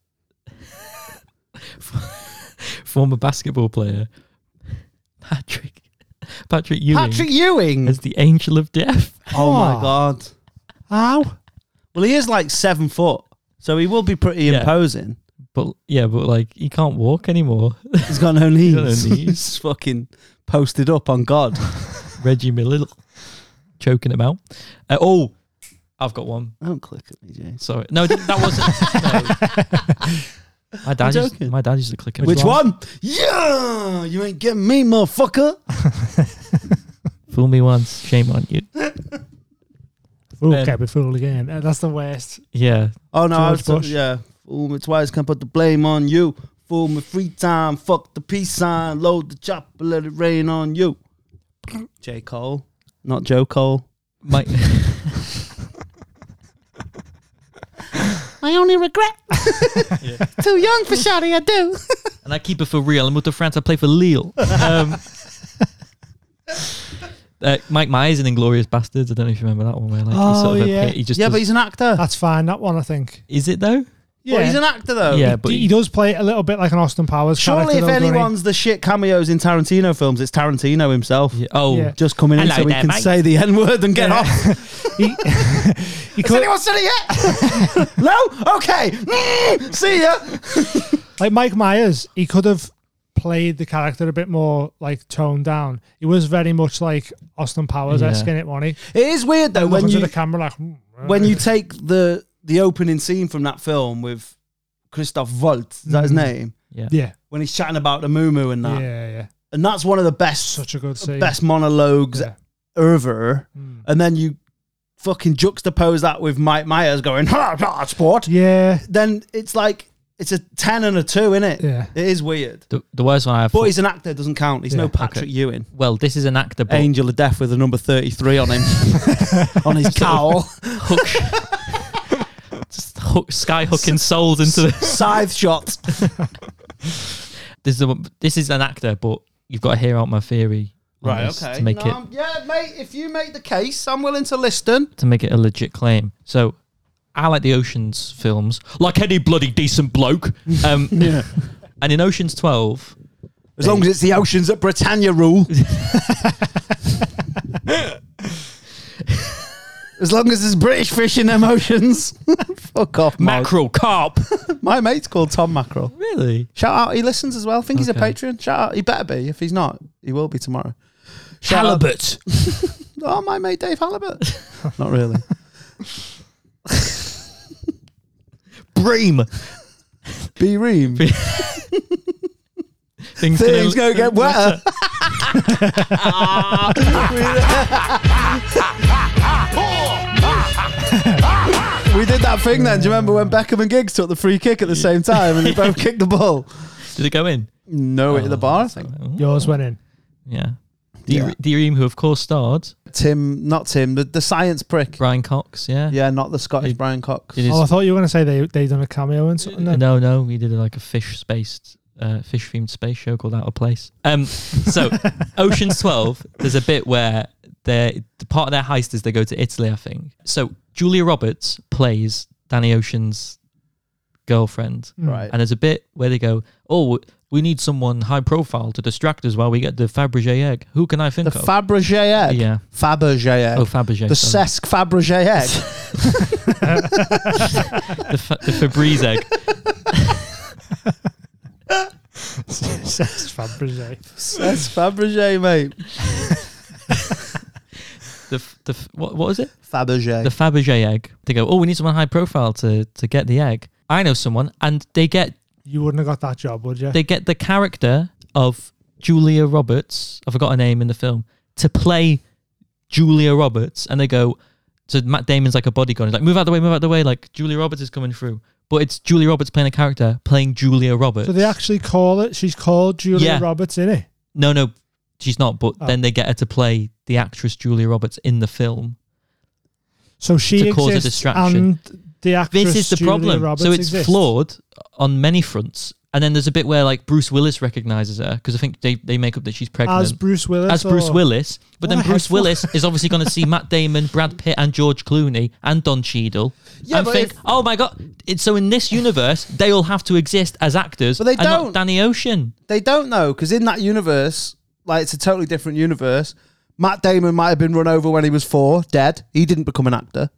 Speaker 5: [LAUGHS] former basketball player Patrick Patrick Ewing
Speaker 3: [LAUGHS] Patrick Ewing.
Speaker 5: as the Angel of Death.
Speaker 3: Oh my
Speaker 4: Aw.
Speaker 3: god.
Speaker 4: How?
Speaker 3: Well, he is like seven foot, so he will be pretty
Speaker 5: Yeah.
Speaker 3: imposing.
Speaker 5: But yeah, but like he can't walk anymore.
Speaker 3: [LAUGHS] He's got no knees.
Speaker 5: got no
Speaker 3: [LAUGHS]
Speaker 5: knees.
Speaker 3: He's fucking posted up on God.
Speaker 5: Reggie Miller [LAUGHS] choking him out. Uh, oh, I've got one.
Speaker 3: Don't click at me, James.
Speaker 5: Sorry, no, th- that
Speaker 3: [LAUGHS]
Speaker 5: wasn't. no. My dad, used,
Speaker 3: joking.
Speaker 5: my dad used to click him.
Speaker 3: Which one? Yeah, you ain't getting me, motherfucker.
Speaker 5: Fool me once, shame on you.
Speaker 4: Ooh,
Speaker 5: Um,
Speaker 4: can't be fooled again. Uh, That's the worst.
Speaker 5: Yeah,
Speaker 3: Oh no, I was
Speaker 4: George Bush.
Speaker 3: yeah. Fool me twice, can't put the blame on you. Fool me three time, fuck the peace sign, load the chopper, let it rain on you. J Cole, not Joe Cole. [LAUGHS]
Speaker 5: my
Speaker 3: I only regret too young for shouting. I do.
Speaker 5: and I keep it for real. I'm with the France. I play for Lille.
Speaker 3: [LAUGHS]
Speaker 5: Um, uh, Mike Myers in Inglorious Bastards. I don't know if you remember that one. Where like
Speaker 4: Oh,
Speaker 5: he's sort of a
Speaker 4: yeah.
Speaker 5: pit- he just
Speaker 3: Yeah, but
Speaker 5: does-
Speaker 3: he's Oh, an actor.
Speaker 4: That's fine. That one, I think.
Speaker 5: is it though?
Speaker 4: Yeah.
Speaker 3: But he's an actor though.
Speaker 5: Yeah,
Speaker 4: But
Speaker 5: but
Speaker 4: he, he does play a little bit like an Austin Powers
Speaker 3: Surely,
Speaker 4: character.
Speaker 3: if
Speaker 4: though, doesn't he?
Speaker 3: anyone's the shit cameos in Tarantino films, it's Tarantino himself.
Speaker 5: Yeah, oh,
Speaker 4: Yeah.
Speaker 3: Just coming in
Speaker 5: Hello
Speaker 3: so he
Speaker 5: there,
Speaker 3: can
Speaker 5: mate.
Speaker 3: say the N word and get
Speaker 4: Yeah.
Speaker 3: off.
Speaker 4: he, he
Speaker 3: Has
Speaker 4: could-
Speaker 3: anyone said it yet? [LAUGHS] no? Okay. Mm, see ya.
Speaker 4: like Mike Myers, he could have played the character a bit more like toned down. He was very much like Austin Powers esque
Speaker 5: Yeah.
Speaker 4: in it, wasn't he?
Speaker 3: It is weird though when
Speaker 4: Looking to
Speaker 3: you
Speaker 4: the camera like "Hmm,
Speaker 3: when you take the the opening scene from that film with Christoph Volt, is that his
Speaker 4: Mm.
Speaker 3: name?
Speaker 4: [LAUGHS] yeah,
Speaker 3: When he's chatting about the moo moo and that,
Speaker 4: yeah, yeah.
Speaker 3: and that's one of the best
Speaker 4: Such a good scene.
Speaker 3: Uh, best monologues
Speaker 4: Yeah.
Speaker 3: ever.
Speaker 4: Mm.
Speaker 3: And then you fucking juxtapose that with Mike Myers going ha ha sport.
Speaker 4: Yeah,
Speaker 3: Then it's like it's a ten and a two, isn't it?
Speaker 4: Yeah.
Speaker 3: It is weird.
Speaker 5: the, the worst one I have.
Speaker 3: But he's an actor, doesn't count. He's no
Speaker 4: Yeah,
Speaker 3: Patrick
Speaker 5: okay.
Speaker 3: Ewing.
Speaker 5: well, this is an actor, but
Speaker 3: Angel of Death with a number thirty-three
Speaker 4: [LAUGHS]
Speaker 3: on him, on his cowl, [LAUGHS]
Speaker 5: hook, [LAUGHS] just hook, sky hooking souls
Speaker 3: [LAUGHS]
Speaker 5: into the.
Speaker 3: scythe shot.
Speaker 5: This is a, this is an actor, but you've got to hear out my theory. on this To make it
Speaker 3: Um, yeah, mate. If you make the case, I'm willing to listen.
Speaker 5: to make it a legit claim. So I like the Oceans films, like any bloody decent bloke. Um, And in Oceans 12,
Speaker 3: As long as it's the oceans at Britannia
Speaker 5: [LAUGHS]
Speaker 3: rule. as long as there's British fish in them oceans.
Speaker 5: [LAUGHS]
Speaker 3: Fuck off, Mark.
Speaker 5: mackerel, carp.
Speaker 3: [LAUGHS] My mate's called Tom Mackerel.
Speaker 5: really?
Speaker 3: Shout out. He listens as well. I think he's a
Speaker 5: Okay.
Speaker 3: patron. Shout out. He better be. If he's not, he will be tomorrow. Shout out-
Speaker 5: Halibut.
Speaker 3: Oh, my mate Dave Halibut. [LAUGHS] not really.
Speaker 5: Bream.
Speaker 3: B Ream.
Speaker 5: Things,
Speaker 3: Things gonna
Speaker 5: gonna-
Speaker 3: get wetter. we did that thing then. Do you remember when Beckham and Giggs took the free kick at the same time and they both kicked the ball?
Speaker 5: Did it go in?
Speaker 3: No, it
Speaker 5: Oh,
Speaker 3: hit the bar. I think
Speaker 4: yours went in.
Speaker 5: Yeah.
Speaker 3: Yeah.
Speaker 5: D- Dream, who of course starred
Speaker 3: Tim, not Tim, the, the science prick.
Speaker 5: Brian Cox. Yeah.
Speaker 3: Yeah, not the Scottish
Speaker 5: It-
Speaker 3: Brian Cox.
Speaker 5: It is-
Speaker 4: Oh, I thought you were going to say they they done a cameo and something. then.
Speaker 5: no, no, we did like a fish spaced, uh, fish themed space show called Out of Place.
Speaker 3: [LAUGHS]
Speaker 5: Um, so Ocean's Twelve, there's a bit where they the part of their heist is they go to Italy, I think. So Julia Roberts plays Danny Ocean's girlfriend,
Speaker 4: Hmm.
Speaker 3: Right.
Speaker 5: and there's a bit where they go, "Oh, we need someone high profile to distract us while we get the Fabergé egg. Who can I think
Speaker 3: The
Speaker 5: of?"
Speaker 3: Fabergé egg.
Speaker 5: yeah.
Speaker 3: Fabergé egg.
Speaker 5: Oh, Fabergé.
Speaker 3: the
Speaker 5: sorry.
Speaker 3: Sesk Fabergé
Speaker 5: [LAUGHS]
Speaker 3: egg.
Speaker 5: the, fa- the
Speaker 3: [LAUGHS]
Speaker 5: Febreze egg.
Speaker 4: Says Fabergé.
Speaker 3: Sesk Fabergé, mate.
Speaker 5: The, f- the f- what, what was it?
Speaker 3: Fabergé.
Speaker 5: the Fabergé egg. They go, oh, we need someone high profile to to get the egg. I know someone, and they get
Speaker 4: You wouldn't have got that job, would you?
Speaker 5: they get the character of Julia Roberts. I forgot her name in the film to play Julia Roberts, and they go so Matt Damon's like a bodyguard. He's like, move out the way, move out the way. Like Julia Roberts is coming through, but it's Julia Roberts playing a character playing Julia Roberts.
Speaker 4: so they actually call it. She's called Julia
Speaker 5: Yeah.
Speaker 4: Roberts in it.
Speaker 5: no, no, she's not. But
Speaker 4: Oh.
Speaker 5: then they get her to play the actress Julia Roberts in the film.
Speaker 4: So she
Speaker 5: To cause a
Speaker 4: exists
Speaker 5: distraction.
Speaker 4: And the actress
Speaker 5: this is the
Speaker 4: Julia
Speaker 5: problem.
Speaker 4: Roberts
Speaker 5: so it's
Speaker 4: exists.
Speaker 5: flawed on many fronts. And then there's a bit where like Bruce Willis recognizes her because I think they, they make up that she's pregnant
Speaker 4: as Bruce Willis.
Speaker 5: As Bruce
Speaker 4: or-
Speaker 5: Willis. But
Speaker 4: What
Speaker 5: then
Speaker 4: a
Speaker 3: [LAUGHS]
Speaker 5: Bruce
Speaker 4: headfuck.
Speaker 5: Willis is obviously going to see Matt Damon, Brad Pitt, and George Clooney and Don Cheadle
Speaker 3: Yeah,
Speaker 5: and
Speaker 3: but
Speaker 5: think,
Speaker 3: if-
Speaker 5: oh my god! It's, so in this universe, they all have to exist as actors,
Speaker 3: But they
Speaker 5: and not
Speaker 3: don't.
Speaker 5: Danny Ocean.
Speaker 3: They don't know because in that universe, like it's a totally different universe. Matt Damon might have been run over when he was four, dead. He didn't become an actor.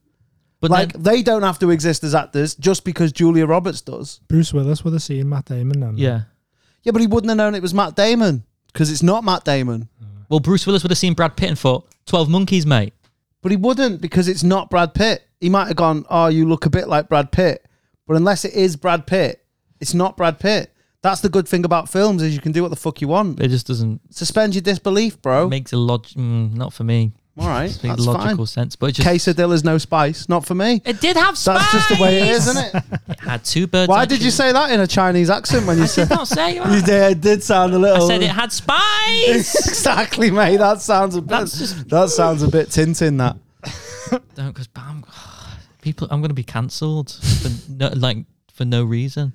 Speaker 5: But
Speaker 3: like
Speaker 5: then,
Speaker 3: they don't have to exist as actors just because Julia Roberts does.
Speaker 4: Bruce Willis would have seen Matt Damon. Then.
Speaker 5: yeah.
Speaker 3: Yeah, but he wouldn't have known it was Matt Damon because it's not Matt Damon.
Speaker 5: Well, Bruce Willis would have seen Brad Pitt and thought, 12 Monkeys, mate.
Speaker 3: But he wouldn't because it's not Brad Pitt. He might have gone, "Oh, you look a bit like Brad Pitt," but unless it is Brad Pitt, it's not Brad Pitt. That's the good thing about films is you can do what the fuck you want.
Speaker 5: It just doesn't
Speaker 3: Suspend your disbelief, bro.
Speaker 5: makes a log. Mm, not for me.
Speaker 3: All right,
Speaker 5: It's
Speaker 3: Oh. that's
Speaker 5: logical
Speaker 3: fine.
Speaker 5: sense, but it just
Speaker 3: Quesadilla's no spice, not for me.
Speaker 5: it did have
Speaker 3: That's
Speaker 5: spice.
Speaker 3: just the way it is, isn't it?
Speaker 5: had two birds.
Speaker 3: Why
Speaker 5: eye
Speaker 3: did you
Speaker 5: chew-
Speaker 3: say that in a Chinese accent when you
Speaker 5: I did
Speaker 3: said?
Speaker 5: not
Speaker 3: [LAUGHS]
Speaker 5: say
Speaker 3: You
Speaker 5: that.
Speaker 3: did, it did sound a
Speaker 5: I
Speaker 3: little. [LAUGHS]
Speaker 5: said it had spice.
Speaker 3: exactly, mate. That sounds a bit.
Speaker 5: That's just-
Speaker 3: That sounds a bit Tintin. That
Speaker 5: Don't, because bam, [SIGHS] people, I'm going to be cancelled for no, like for no reason.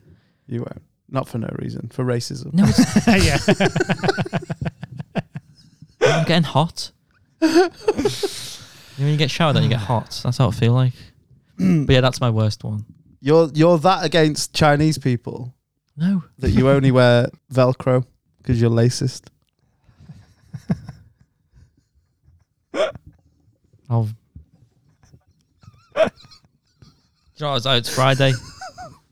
Speaker 3: you won't. Not for no reason. For racism.
Speaker 5: No, it's,
Speaker 4: [LAUGHS] yeah.
Speaker 5: [LAUGHS] I'm getting hot.
Speaker 3: [LAUGHS]
Speaker 5: You know, when you get showered, then you get hot. That's how it feel like. But yeah, that's my worst one.
Speaker 3: You're you're that against Chinese people
Speaker 5: No.
Speaker 3: that you only wear Velcro because you're lacist.
Speaker 5: [LAUGHS] I'll. Charles, oh, it's Friday.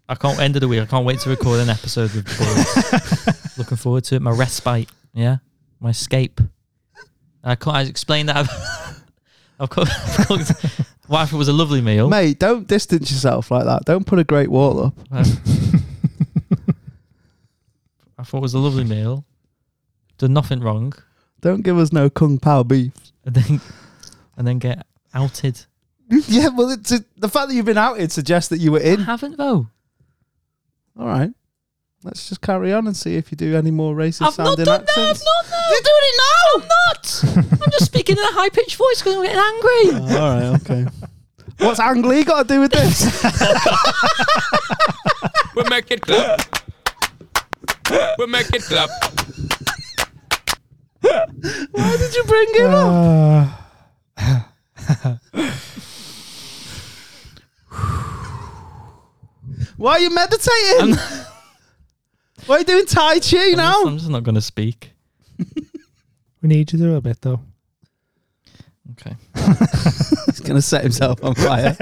Speaker 5: I can't end of the week. I can't wait to record an episode with the
Speaker 3: [LAUGHS]
Speaker 5: boys. Looking forward to it. My respite, yeah, my escape. I can't. I explained that. I've, [LAUGHS] I've cooked. Wife, it was a lovely meal.
Speaker 3: Mate, don't distance yourself like that. Don't put a great wall up.
Speaker 5: I thought it was a lovely meal. Did nothing wrong,
Speaker 3: Don't give us no kung pao beef. [LAUGHS]
Speaker 5: and then and then get outed.
Speaker 3: yeah, well, it's the fact that you've been outed suggests that you were
Speaker 5: I
Speaker 3: in.
Speaker 5: haven't though.
Speaker 3: All right, let's just carry on and see if you do any more racist
Speaker 5: I've not
Speaker 3: sounding
Speaker 5: done
Speaker 3: accents.
Speaker 5: that. I've not. You're doing it now. I'm not. I'm just speaking in a high pitched voice because I'm getting angry.
Speaker 3: All right, okay. [LAUGHS] What's Ang Lee got to do
Speaker 2: [LAUGHS]
Speaker 3: with this?
Speaker 2: We make it clap. We make it clap.
Speaker 3: Did you bring him up?
Speaker 4: Uh,
Speaker 3: [SIGHS] Why are you meditating? [LAUGHS] Why are you doing Tai Chi
Speaker 5: I'm just,
Speaker 3: now?
Speaker 5: I'm just not going to speak.
Speaker 4: we need you to do a bit
Speaker 5: [LAUGHS]
Speaker 4: though.
Speaker 5: Okay.
Speaker 3: He's going to set himself on fire.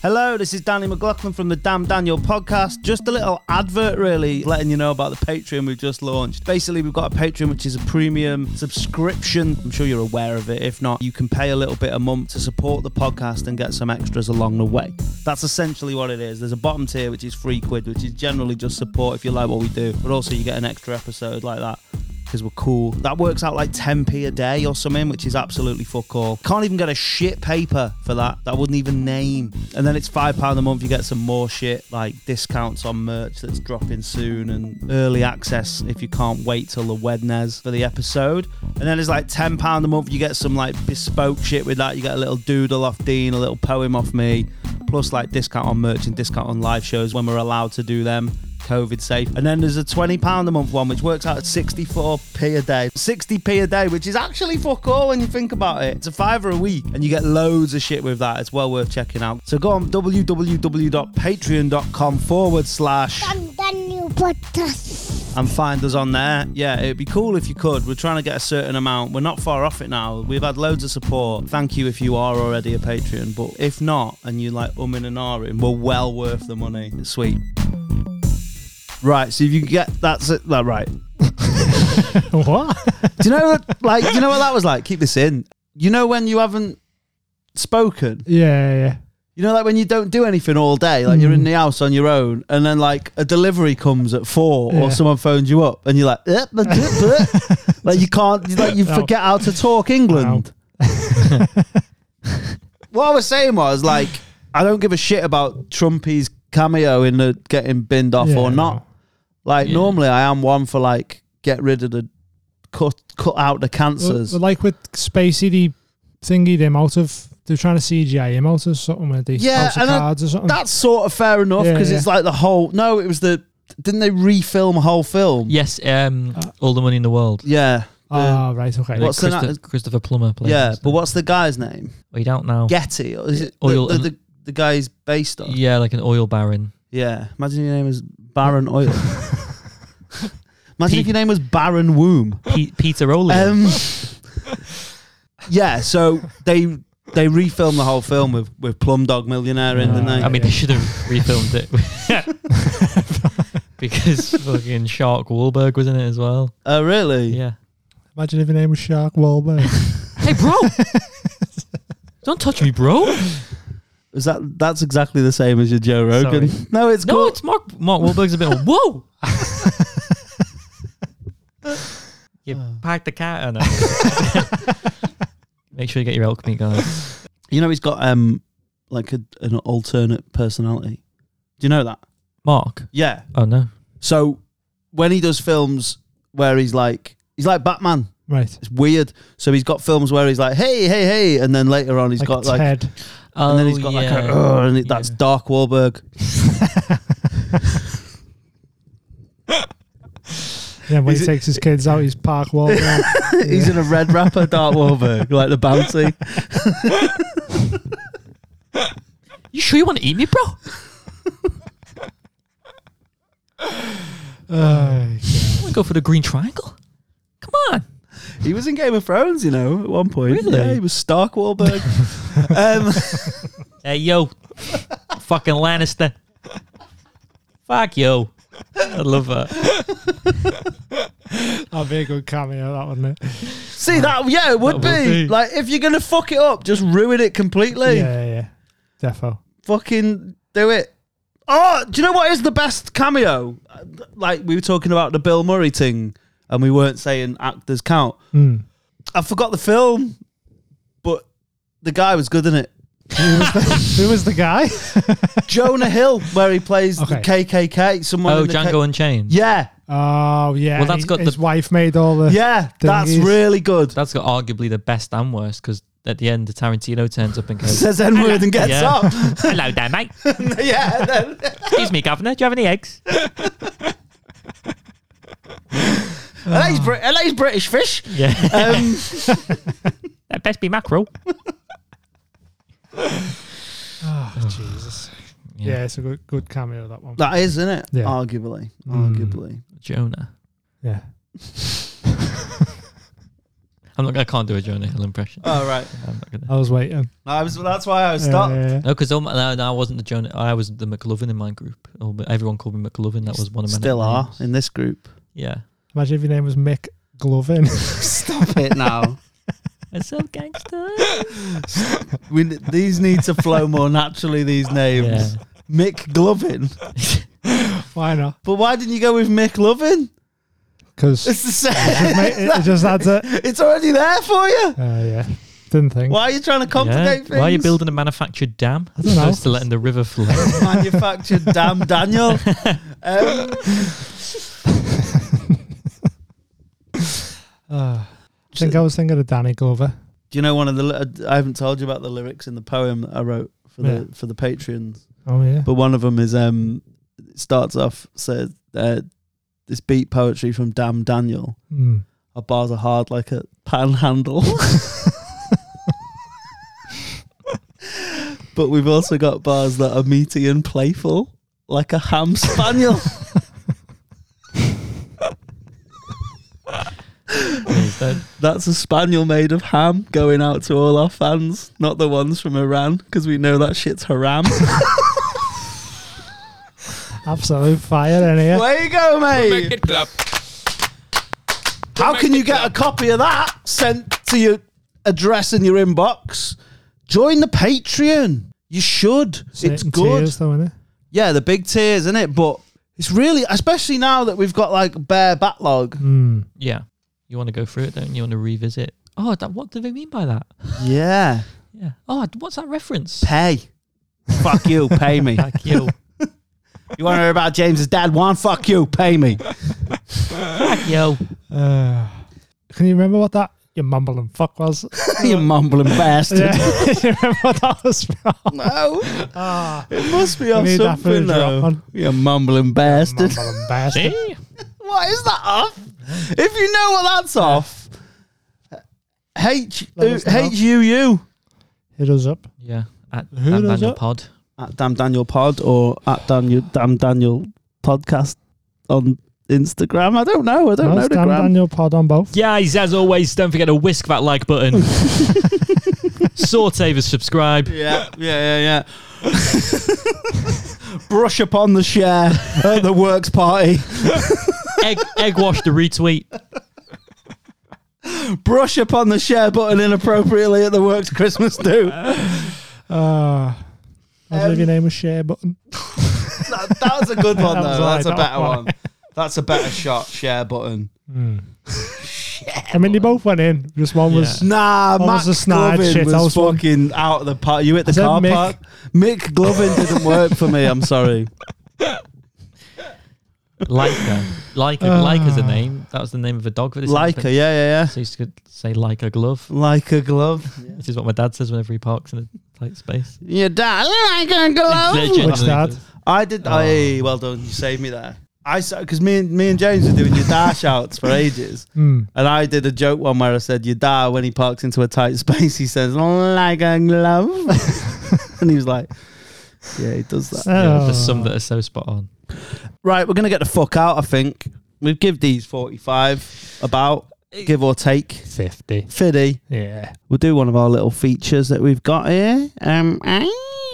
Speaker 3: Hello, this is Danny McLaughlin from the Damn Daniel podcast. Just a little advert, really, letting you know about the Patreon we've just launched. Basically, we've got a Patreon which is a premium subscription. I'm sure you're aware of it. If not, you can pay a little bit a month to support the podcast and get some extras along the way. That's essentially what it is. There's a bottom tier which is free quid, which is generally just support if you like what we do, but also you get an extra episode like that because we're cool. That works out like 10p a day or something, which is absolutely fuck all. Can't even get a shit paper for that. That wouldn't even name. And then it's £5 a month. You get some more shit like discounts on merch that's dropping soon and early access if you can't wait till the Wednes for the episode. And then it's like £10 a month. You get some like bespoke shit with that. You get a little doodle off Dean, a little poem off me, plus like discount on merch and discount on live shows when we're allowed to do them. COVID safe. And then there's a £20 a month one, which works out at 64p a day. 60p a day, which is actually fuck all when you think about it. It's a fiver a week, and you get loads of shit with that. It's well worth checking out. So go on www.patreon.com forward slash
Speaker 8: Daniel Podcast.
Speaker 3: and find us on there. Yeah, it'd be cool if you could. We're trying to get a certain amount. We're not far off it now. We've had loads of support. Thank you if you are already a Patreon, but if not, and you like umming and ahhing, we're well worth the money. It's sweet. Right, so if you get that's it. That right.
Speaker 4: what?
Speaker 3: Do you know what, like do you know what that was like? Keep this in. You know when you haven't spoken.
Speaker 4: Yeah, yeah, yeah.
Speaker 3: You know like when you don't do anything all day, like
Speaker 4: Mm.
Speaker 3: you're in the house on your own, and then like a delivery comes at four,
Speaker 4: Yeah.
Speaker 3: or someone phones you up, and you're like, "Eh, but- but-
Speaker 4: [LAUGHS]
Speaker 3: but." like you can't, you- like you
Speaker 4: No.
Speaker 3: forget how to talk England. what I was saying was like, I don't give a shit about Trumpy's cameo in the getting binned off
Speaker 4: Yeah,
Speaker 3: or not.
Speaker 4: no.
Speaker 3: Like
Speaker 5: Yeah.
Speaker 3: normally, I am one for like get rid of the cut cut out the
Speaker 4: Well,
Speaker 3: cancers.
Speaker 4: well, like with Spacey, they thingied him out of. They're trying to CGI him out of something with the
Speaker 3: Yeah,
Speaker 4: House of
Speaker 3: and I-
Speaker 4: Cards or something.
Speaker 3: That's sort of fair enough
Speaker 4: Yeah,
Speaker 3: because
Speaker 4: yeah.
Speaker 3: it's like the whole. No, it was the. Didn't they refilm a whole film?
Speaker 5: Yes. Um. all the money in the world.
Speaker 3: Uh, Yeah. The-
Speaker 4: Ah, right, okay.
Speaker 3: What's the
Speaker 5: Christo-
Speaker 3: na-
Speaker 5: Christopher Plummer plays.
Speaker 3: yeah,
Speaker 5: him.
Speaker 3: but what's the guy's name?
Speaker 5: we don't know.
Speaker 3: Getty, or is it
Speaker 5: Oil
Speaker 3: the,
Speaker 5: and-
Speaker 3: the, the, the guy he's based on? Yeah.
Speaker 5: Yeah, like an oil baron.
Speaker 3: Imagine your name is Baron
Speaker 5: [LAUGHS]
Speaker 3: Oil. Imagine
Speaker 5: Pete-
Speaker 3: if your name was Baron Womb. [LAUGHS]
Speaker 5: Pe- Peter O'Leary.
Speaker 3: Um, yeah, so they they refilmed the whole film with with Plum Dog Millionaire in, didn't they?
Speaker 5: Uh, I mean, they should have refilmed
Speaker 3: [LAUGHS]
Speaker 5: it. because fucking Shark Wahlberg was in it as well.
Speaker 3: oh really?
Speaker 5: Yeah.
Speaker 4: Imagine if your name was Shark Wahlberg.
Speaker 5: Hey,
Speaker 3: [LAUGHS]
Speaker 5: bro. Don't touch me, bro.
Speaker 3: Is that that's exactly the same as your Joe Rogan?
Speaker 5: Sorry.
Speaker 3: No, it's
Speaker 5: No,
Speaker 3: cool.
Speaker 5: it's Mark. Mark Wahlberg's a bit.
Speaker 3: [LAUGHS]
Speaker 5: Whoa. you parked the car. Oh, no. [LAUGHS] Make sure you get your elk meat, guys.
Speaker 3: you know he's got um like a, an alternate personality. Do you know that?
Speaker 5: Mark.
Speaker 3: Yeah.
Speaker 5: Oh no.
Speaker 3: So when he does films where he's like he's like Batman,
Speaker 4: right.
Speaker 3: it's weird. So he's got films where he's like hey hey hey, and then later on he's
Speaker 4: Like
Speaker 3: got like
Speaker 4: Ted.
Speaker 5: Oh,
Speaker 3: and then he's got like a "Ugh," and it, that's
Speaker 5: Yeah.
Speaker 3: Dark Wahlberg. [LAUGHS]
Speaker 4: yeah, when
Speaker 3: Is
Speaker 4: he
Speaker 3: it-
Speaker 4: takes his kids out, he's Park Wahlberg.
Speaker 5: [LAUGHS]
Speaker 3: he's in a red wrapper, Dark Wahlberg, like the bounty.
Speaker 5: You sure you want to eat me, bro?
Speaker 4: Oh,
Speaker 5: I want to go for the green triangle. Come on.
Speaker 3: He was in Game of Thrones, you know, at one point.
Speaker 5: Really?
Speaker 3: Yeah, he was Stark
Speaker 5: [LAUGHS]
Speaker 3: Wahlberg. um, [LAUGHS]
Speaker 5: Hey, yo. [LAUGHS] Fucking Lannister. Fuck you. I love uh, that.
Speaker 4: That'd be a good cameo, that wouldn't it?
Speaker 3: see that? Yeah, it would,
Speaker 5: That would
Speaker 3: be.
Speaker 5: be.
Speaker 3: like if you're gonna fuck it up, just ruin it
Speaker 4: Yeah,
Speaker 3: completely.
Speaker 4: yeah, yeah. Defo.
Speaker 3: Fucking do it. Oh, do you know what is the best cameo? Uh, Like we were talking about the Bill Murray thing, and we weren't saying actors count.
Speaker 4: Mm.
Speaker 3: I forgot the film, but the guy was good in it.
Speaker 4: Who was the guy? [LAUGHS]
Speaker 3: Jonah Hill, where he plays
Speaker 4: Okay.
Speaker 3: the KKK. Someone.
Speaker 5: Oh,
Speaker 3: in the K-
Speaker 5: Django Unchained.
Speaker 3: yeah,
Speaker 4: Oh yeah.
Speaker 5: Well,
Speaker 4: and
Speaker 5: that's
Speaker 4: he-
Speaker 5: got
Speaker 4: his
Speaker 5: the-
Speaker 4: wife made all the.
Speaker 3: yeah, that's
Speaker 4: Dinghies.
Speaker 3: really good.
Speaker 5: That's got arguably the best and worst because at the end, Tarantino turns up and [LAUGHS]
Speaker 3: [LAUGHS]
Speaker 5: goes,
Speaker 3: Says N word and gets
Speaker 5: Yeah.
Speaker 3: up. [LAUGHS]
Speaker 5: Hello there, mate.
Speaker 3: yeah, then-
Speaker 5: Excuse me, Governor. Do you have any eggs?
Speaker 3: I, like
Speaker 4: Ah.
Speaker 3: his Brit- I like his British fish.
Speaker 5: Yeah.
Speaker 3: Um,
Speaker 5: That best be mackerel.
Speaker 4: Oh, Jesus. Yeah. it's a good good cameo that one.
Speaker 3: that is, isn't it?
Speaker 4: Yeah.
Speaker 3: Arguably,
Speaker 4: Mm.
Speaker 3: arguably.
Speaker 5: Jonah.
Speaker 4: yeah.
Speaker 5: I'm not. I can't do a Jonah Hill impression.
Speaker 3: All right.
Speaker 5: [LAUGHS] I'm not gonna.
Speaker 4: I was waiting.
Speaker 3: I was. That's why I was stopped.
Speaker 4: Yeah, yeah, yeah.
Speaker 5: No, because no, no, I wasn't the Jonah. I was the McLovin in my group. Oh, but everyone called me McLovin. That was one of my
Speaker 3: Still are
Speaker 5: nicknames.
Speaker 3: in this group.
Speaker 5: Yeah.
Speaker 4: Imagine if your name was Mick Glovin.
Speaker 3: Stop it now.
Speaker 5: It's so gangster.
Speaker 3: we, these need to flow more naturally. These
Speaker 5: yeah.
Speaker 3: names. Mick Glovin.
Speaker 4: Why not? [LAUGHS]
Speaker 3: But why didn't you go with Mick Lovin?
Speaker 4: Because
Speaker 3: [LAUGHS] It's the same.
Speaker 4: it, it just adds it.
Speaker 3: it's already there for you.
Speaker 4: Uh, yeah. Didn't think.
Speaker 3: Why are you trying to complicate
Speaker 5: Yeah.
Speaker 3: things?
Speaker 5: Why are you
Speaker 3: [LAUGHS]
Speaker 5: building a manufactured dam as
Speaker 4: don't know.
Speaker 5: opposed to letting the river [LAUGHS] flow?
Speaker 3: manufactured damn Daniel? Um,
Speaker 4: Uh, I think I was thinking of Danny Glover.
Speaker 3: do you know one of the? li- I haven't told you about the lyrics in the poem that I wrote for the
Speaker 4: Yeah.
Speaker 3: for the Patreons.
Speaker 4: Oh yeah.
Speaker 3: But one of them is um it starts off says uh, this beat poetry from Damn Daniel.
Speaker 4: Mm.
Speaker 3: Our bars are hard like a panhandle. [LAUGHS] but we've also got bars that are meaty and playful, like a ham [LAUGHS] spaniel.
Speaker 5: Please don't.
Speaker 3: That's a spaniel made of ham going out to all our fans, not the ones from Iran, because we know that shit's [LAUGHS] haram.
Speaker 4: Absolute fire in here.
Speaker 3: Way you go,
Speaker 2: Make
Speaker 3: mate.
Speaker 2: it clap.
Speaker 3: How can you get a copy of that sent to your address in your inbox? Join the Patreon. You should. It's
Speaker 4: Sitting
Speaker 3: good.
Speaker 4: Tears, though, innit?
Speaker 3: Yeah, the big tears, isn't it? But it's really, especially now that we've got like bare backlog.
Speaker 4: Mm.
Speaker 5: Yeah. You want to go through it, don't you? You want to revisit. Oh, that, what do they mean by that?
Speaker 3: Yeah,
Speaker 5: Yeah. Oh, what's that reference?
Speaker 3: pay. Fuck you, pay me.
Speaker 5: Fuck [LAUGHS] you.
Speaker 3: [LAUGHS] You want to hear about James's dad? One, fuck you, pay me.
Speaker 5: Fuck you.
Speaker 4: Uh, can you remember what that your mumbling
Speaker 3: [LAUGHS]
Speaker 4: fuck was?
Speaker 3: [LAUGHS] you mumbling bastard.
Speaker 4: Yeah. [LAUGHS] you remember what that was from?
Speaker 3: [LAUGHS] No,
Speaker 4: Ah,
Speaker 3: it must be
Speaker 4: I
Speaker 3: on
Speaker 4: need that for a
Speaker 3: something
Speaker 4: drop
Speaker 3: though.
Speaker 4: on.
Speaker 3: You mumbling bastard. [LAUGHS]
Speaker 4: Mumbling bastard.
Speaker 5: See?
Speaker 3: What is that off? If you know what that's off, H
Speaker 4: Let us know.
Speaker 3: H U U
Speaker 4: Hit us up.
Speaker 5: Yeah. At
Speaker 4: Who
Speaker 5: Dan
Speaker 4: does
Speaker 5: Daniel
Speaker 4: that?
Speaker 5: Pod.
Speaker 3: at Damn Daniel Pod or at Daniel Damn Daniel Podcast on Instagram. I don't know. I don't know
Speaker 4: Nice
Speaker 3: the
Speaker 4: Dan
Speaker 3: gram.
Speaker 4: Daniel pod on both.
Speaker 5: Guys, as always, don't forget to whisk that
Speaker 4: [LAUGHS]
Speaker 5: like button. Saute the subscribe.
Speaker 3: Yeah, yeah, yeah, yeah. [LAUGHS] Brush upon the share at the works party.
Speaker 5: Egg, egg wash the retweet.
Speaker 3: Brush upon the share button inappropriately at the works Christmas [LAUGHS] do.
Speaker 4: Uh, imagine
Speaker 3: Um,
Speaker 4: if your name was Share Button.
Speaker 3: That, that was a good one
Speaker 4: That was
Speaker 3: though. That's a
Speaker 4: alright, that
Speaker 3: better
Speaker 4: was
Speaker 3: one. That's a better shot. Share button.
Speaker 4: I mean, they both went in. Just one was.
Speaker 3: Nah,
Speaker 4: What
Speaker 3: Max
Speaker 4: was the snide
Speaker 3: Glovin
Speaker 4: shit?
Speaker 3: was,
Speaker 4: That was one.
Speaker 3: fucking out of the park. You hit the
Speaker 4: I said
Speaker 3: car
Speaker 4: Mick.
Speaker 3: park. Mick Glovin didn't work for me. I'm sorry.
Speaker 5: Leica. Leica. Leica's
Speaker 4: Ah.
Speaker 5: a name. That was the name of a dog for this.
Speaker 3: Like a yeah, yeah, yeah.
Speaker 5: So you could say like a glove,
Speaker 3: Like a glove.
Speaker 5: which is what my dad says whenever he parks in a tight space.
Speaker 3: Your dad like a glove.
Speaker 5: Legend.
Speaker 4: Which dad?
Speaker 3: I did. I well done. You saved me there. I because me and me and James were doing your dash outs for ages,
Speaker 4: Hmm.
Speaker 3: and I did a joke one where I said your dad when he [LAUGHS] parks into a tight space he says like a glove, and he was like, Yeah, he does that.
Speaker 5: Yeah,
Speaker 4: Oh.
Speaker 5: There's some that are so spot on.
Speaker 3: Right, we're gonna get the fuck out. I think we give these forty-five about give or take
Speaker 4: 50.
Speaker 3: fiddy.
Speaker 4: Yeah.
Speaker 3: We'll do one of our little features that we've got here. Um, eh,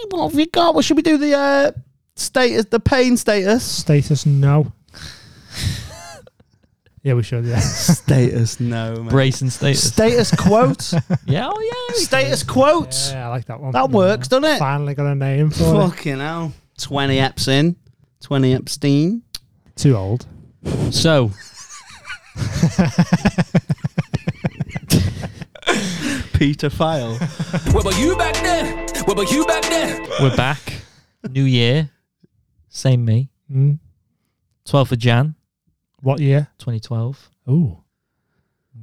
Speaker 3: what have we got? Well, should we do the uh, status, the pain status? [LAUGHS]
Speaker 4: Status no. yeah, we should. Yeah.
Speaker 3: status, no. mate.
Speaker 5: Brace and status.
Speaker 3: Status
Speaker 4: [LAUGHS]
Speaker 3: quotes.
Speaker 5: yeah, oh yeah. we can.
Speaker 3: status quotes.
Speaker 4: yeah, I like that one.
Speaker 3: That works, doesn't it?
Speaker 4: Finally got a name for it.
Speaker 3: Fucking hell. Twenty eps in. Twenty Epstein.
Speaker 4: Too old.
Speaker 5: So
Speaker 3: Peter File.
Speaker 2: Where were you back then? Where were you back then?
Speaker 5: we're back. New year. Same me.
Speaker 4: Mm.
Speaker 5: 12th of Jan,
Speaker 4: What year?
Speaker 5: 2012.
Speaker 4: Ooh.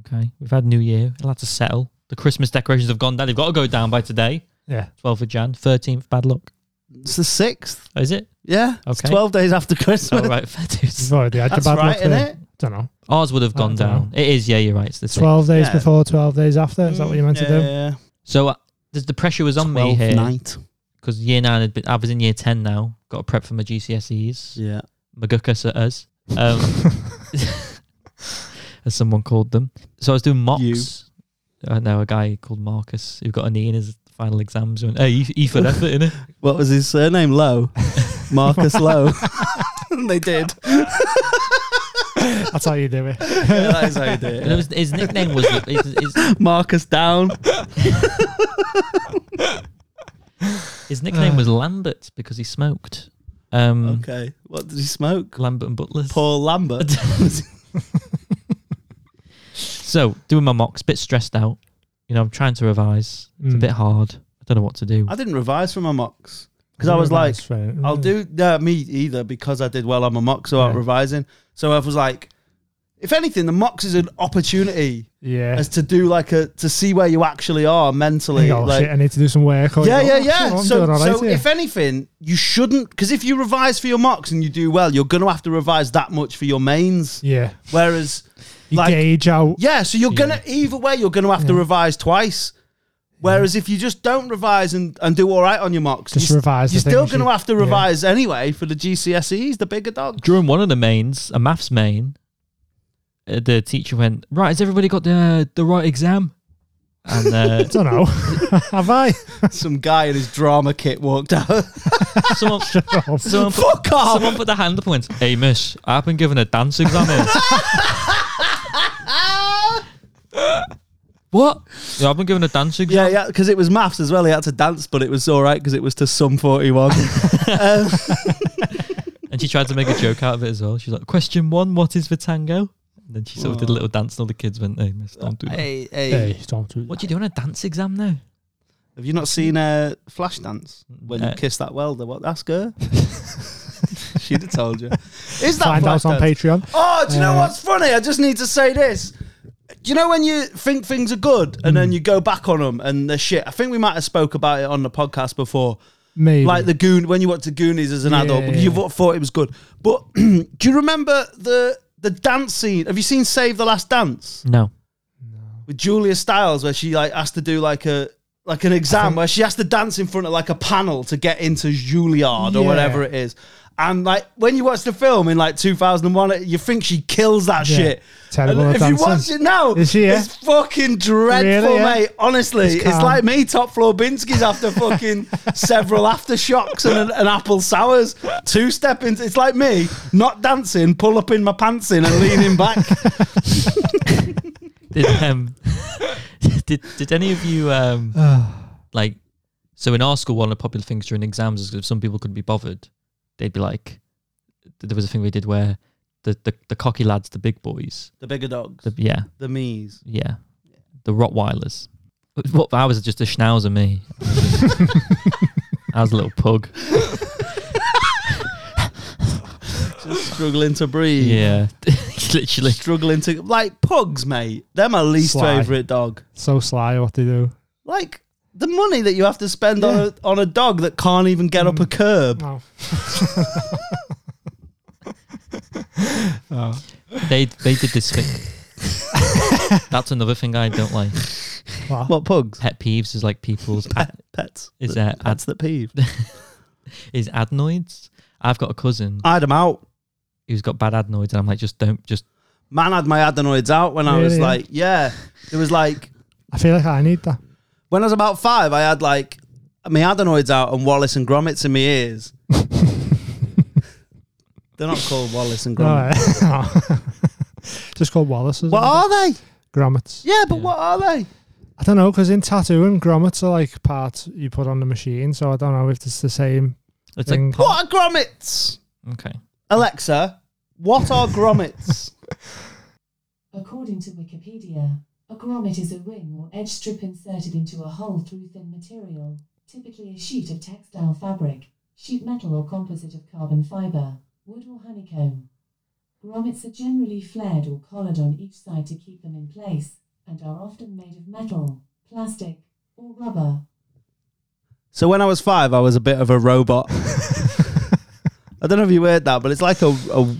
Speaker 5: Okay. We've had New Year. It'll have to settle. The Christmas decorations have gone down. They've got to go down by today.
Speaker 4: Yeah.
Speaker 5: 12th of Jan. 13th, bad luck.
Speaker 3: It's the sixth.
Speaker 5: Oh, Is it?
Speaker 3: Yeah. It's
Speaker 5: Okay.
Speaker 3: twelve days after
Speaker 5: Oh,
Speaker 3: Christmas.
Speaker 5: right. fair dues.
Speaker 4: We've already had the
Speaker 3: That's
Speaker 4: bad
Speaker 3: right,
Speaker 4: luck eh?
Speaker 3: isn't
Speaker 4: there.
Speaker 3: it?
Speaker 4: Don't know.
Speaker 5: Ours would have gone
Speaker 4: I don't
Speaker 5: down. It is, yeah, you're right. It's the same.
Speaker 4: 12 days
Speaker 3: Yeah.
Speaker 4: before, 12 days after. Is that what you meant to do?
Speaker 3: Yeah.
Speaker 5: So uh, there's- the pressure was on me
Speaker 3: 12th
Speaker 5: here
Speaker 3: night.
Speaker 5: because year nine had been, I was in year 10 now. Got to prep for my GCSEs.
Speaker 3: Yeah.
Speaker 5: Magukas at us, um, as someone called them. So I was doing mocks. I know a guy called Marcus who got a knee in his final exams. He Went, hey, E, e for effort, innit?
Speaker 3: What was his surname? [LAUGHS] Lowe. Marcus Lowe. [LAUGHS] they did.
Speaker 4: That's how you
Speaker 3: [LAUGHS]
Speaker 4: do it.
Speaker 3: that is how you do
Speaker 5: And it was, his nickname was his, his,
Speaker 3: Marcus Down.
Speaker 5: his nickname was Lambert because he smoked. Um,
Speaker 3: Okay. What did he smoke?
Speaker 5: Lambert and Butlers.
Speaker 3: Paul Lambert.
Speaker 5: So doing my mocks, bit stressed out. You know, I'm trying to revise. It's a
Speaker 4: Mm.
Speaker 5: bit hard. I don't know what to do.
Speaker 3: I didn't revise for my mocks because I was like, I'll
Speaker 4: Mm.
Speaker 3: do no, me either because I did well on my mocks without
Speaker 4: Yeah.
Speaker 3: revising. So I was like, if anything, the mocks is an opportunity
Speaker 4: Yeah.
Speaker 3: as to do like a to see where you actually are mentally.
Speaker 4: oh,
Speaker 3: like,
Speaker 4: shit, I need to do some work. Or
Speaker 3: yeah,
Speaker 4: you go,
Speaker 3: yeah,
Speaker 4: "Oh, shit,
Speaker 3: yeah.
Speaker 4: I'm
Speaker 3: So,
Speaker 4: doing all right
Speaker 3: so
Speaker 4: here."
Speaker 3: if anything, you shouldn't because if you revise for your mocks and you do well, you're gonna have to revise that much for your mains.
Speaker 4: yeah,
Speaker 3: Whereas,
Speaker 4: you
Speaker 3: like,
Speaker 4: gauge out.
Speaker 3: yeah, so you're gonna either way, you're gonna have to revise twice. Whereas if you just don't revise and, and do all right on your mocks,
Speaker 4: Just
Speaker 3: you, s-
Speaker 4: revise the
Speaker 3: You're still
Speaker 4: things you-
Speaker 3: gonna have to
Speaker 4: yeah.
Speaker 3: revise anyway for the GCSEs, E. the bigger [LAUGHS] dog.
Speaker 5: during one of the mains, a maths main, uh, the teacher went, "Right, has everybody got the the right exam?"
Speaker 3: [LAUGHS]
Speaker 5: And uh,
Speaker 4: I don't know. [LAUGHS] Have I?
Speaker 3: Some guy in his drama kit walked out.
Speaker 5: someone, someone, put,
Speaker 3: Fuck off!
Speaker 5: someone put their hand up and went, "Hey, miss, I've been given a dance exam."
Speaker 3: [LAUGHS]
Speaker 5: here." what? Yeah, I've been given a dance
Speaker 3: Yeah, [LAUGHS]
Speaker 5: exam.
Speaker 3: yeah, because it was maths as well. He had to dance, but it was all right because it was to sum forty-one. [LAUGHS]
Speaker 5: And she tried to make a joke out of it as well. She's like, "Question one: What is the tango?" And then she sort of did a little dance, and all the kids went, "Hey, miss, don't do that."
Speaker 3: hey, hey,
Speaker 4: Hey, don't do
Speaker 5: What do you do on a dance exam now?
Speaker 3: Have you not seen uh, Flashdance when you
Speaker 5: Uh,
Speaker 3: kiss that welder? What? Ask
Speaker 4: [LAUGHS]
Speaker 3: her. She'd have told you. Is that
Speaker 4: Find out on
Speaker 3: Flashdance?
Speaker 4: Patreon.
Speaker 3: Oh, do you know
Speaker 4: Uh,
Speaker 3: what's funny? I just need to say this. Do you know when you think things are good and
Speaker 4: Mm.
Speaker 3: then you go back on them and they're shit? I think we might have spoke about it on the podcast before.
Speaker 4: Maybe.
Speaker 3: Like the Goon, when you watched the Goonies as an
Speaker 4: Yeah,
Speaker 3: adult,
Speaker 4: yeah,
Speaker 3: you
Speaker 4: yeah.
Speaker 3: thought it was good. But [CLEARS THROAT] do you remember the the dance scene? Have you seen Save the Last Dance?
Speaker 5: No.
Speaker 3: with Julia Stiles where she like has to do like a like an exam where she has to dance in front of like a panel to get into Juilliard or
Speaker 4: Yeah.
Speaker 3: whatever it is. And like when you watch the film in like 2001, you think she kills that
Speaker 4: Yeah.
Speaker 3: shit.
Speaker 4: Terrible
Speaker 3: And
Speaker 4: at
Speaker 3: if
Speaker 4: dancing.
Speaker 3: you watch it now,
Speaker 4: Is she, yeah?
Speaker 3: it's fucking dreadful,
Speaker 4: Really, yeah?
Speaker 3: mate. Honestly,
Speaker 4: It's
Speaker 3: it's,
Speaker 4: calm.
Speaker 3: like me top floor Binsky's
Speaker 4: [LAUGHS]
Speaker 3: after fucking several aftershocks and an, an apple sours. Two step in. It's like me not dancing, pull up in my pants in and leaning back.
Speaker 5: did um [LAUGHS] did did any of you um like so in our school one of the popular things during exams is if some people couldn't be bothered they'd be like there was a thing we did where the the, the cocky lads the big boys
Speaker 3: the bigger dogs,
Speaker 5: the, yeah
Speaker 3: the me's.
Speaker 5: yeah the rottweilers what I was just a schnauzer me I was a little pug
Speaker 3: struggling to breathe.
Speaker 5: yeah [LAUGHS] literally
Speaker 3: Struggling to like pugs, mate. They're my least
Speaker 4: Sly.
Speaker 3: favorite dog.
Speaker 4: [SIGHS] so sly what they do.
Speaker 3: Like the money that you have to spend on
Speaker 4: Yeah. Mm.
Speaker 3: a, on a dog that can't even get up a
Speaker 4: [LAUGHS]
Speaker 3: curb.
Speaker 4: No.
Speaker 5: they they did this thing that's another thing I don't like
Speaker 3: What pugs?
Speaker 5: pet peeves is like people's
Speaker 3: Pets.
Speaker 5: is
Speaker 3: that
Speaker 5: uh, ad-
Speaker 3: pets that peeve?
Speaker 5: is adenoids. I've got a cousin
Speaker 3: I had them out.
Speaker 5: who's got bad adenoids, and I'm like, just don't, just
Speaker 3: Man had my adenoids out when I was
Speaker 4: Really?
Speaker 3: like, yeah. It was like
Speaker 4: I feel like I need that.
Speaker 3: when I was about five, I had like my adenoids out and Wallace and Gromits in my ears. [LAUGHS] They're not called Wallace and Gromit.
Speaker 4: All right. [LAUGHS] Just called Wallace's.
Speaker 3: What are they?
Speaker 4: grommets?
Speaker 3: Yeah, but what are they?
Speaker 4: I don't know because in tattooing, grommets are like parts you put on the machine. So I don't know if it's the same.
Speaker 5: it's
Speaker 4: Thing.
Speaker 5: like,
Speaker 3: What are grommets?
Speaker 5: okay,
Speaker 3: Alexa, what are grommets?
Speaker 9: According to Wikipedia, a grommet is a ring or edge strip inserted into a hole through thin material, typically a sheet of textile fabric, sheet metal or composite of carbon fiber, wood or honeycomb. Grommets are generally flared or collared on each side to keep them in place, and are often made of metal, plastic, or rubber.
Speaker 3: so when I was five, I was a bit of a
Speaker 4: [LAUGHS]
Speaker 3: robot. I don't know if you heard that, but it's like a a,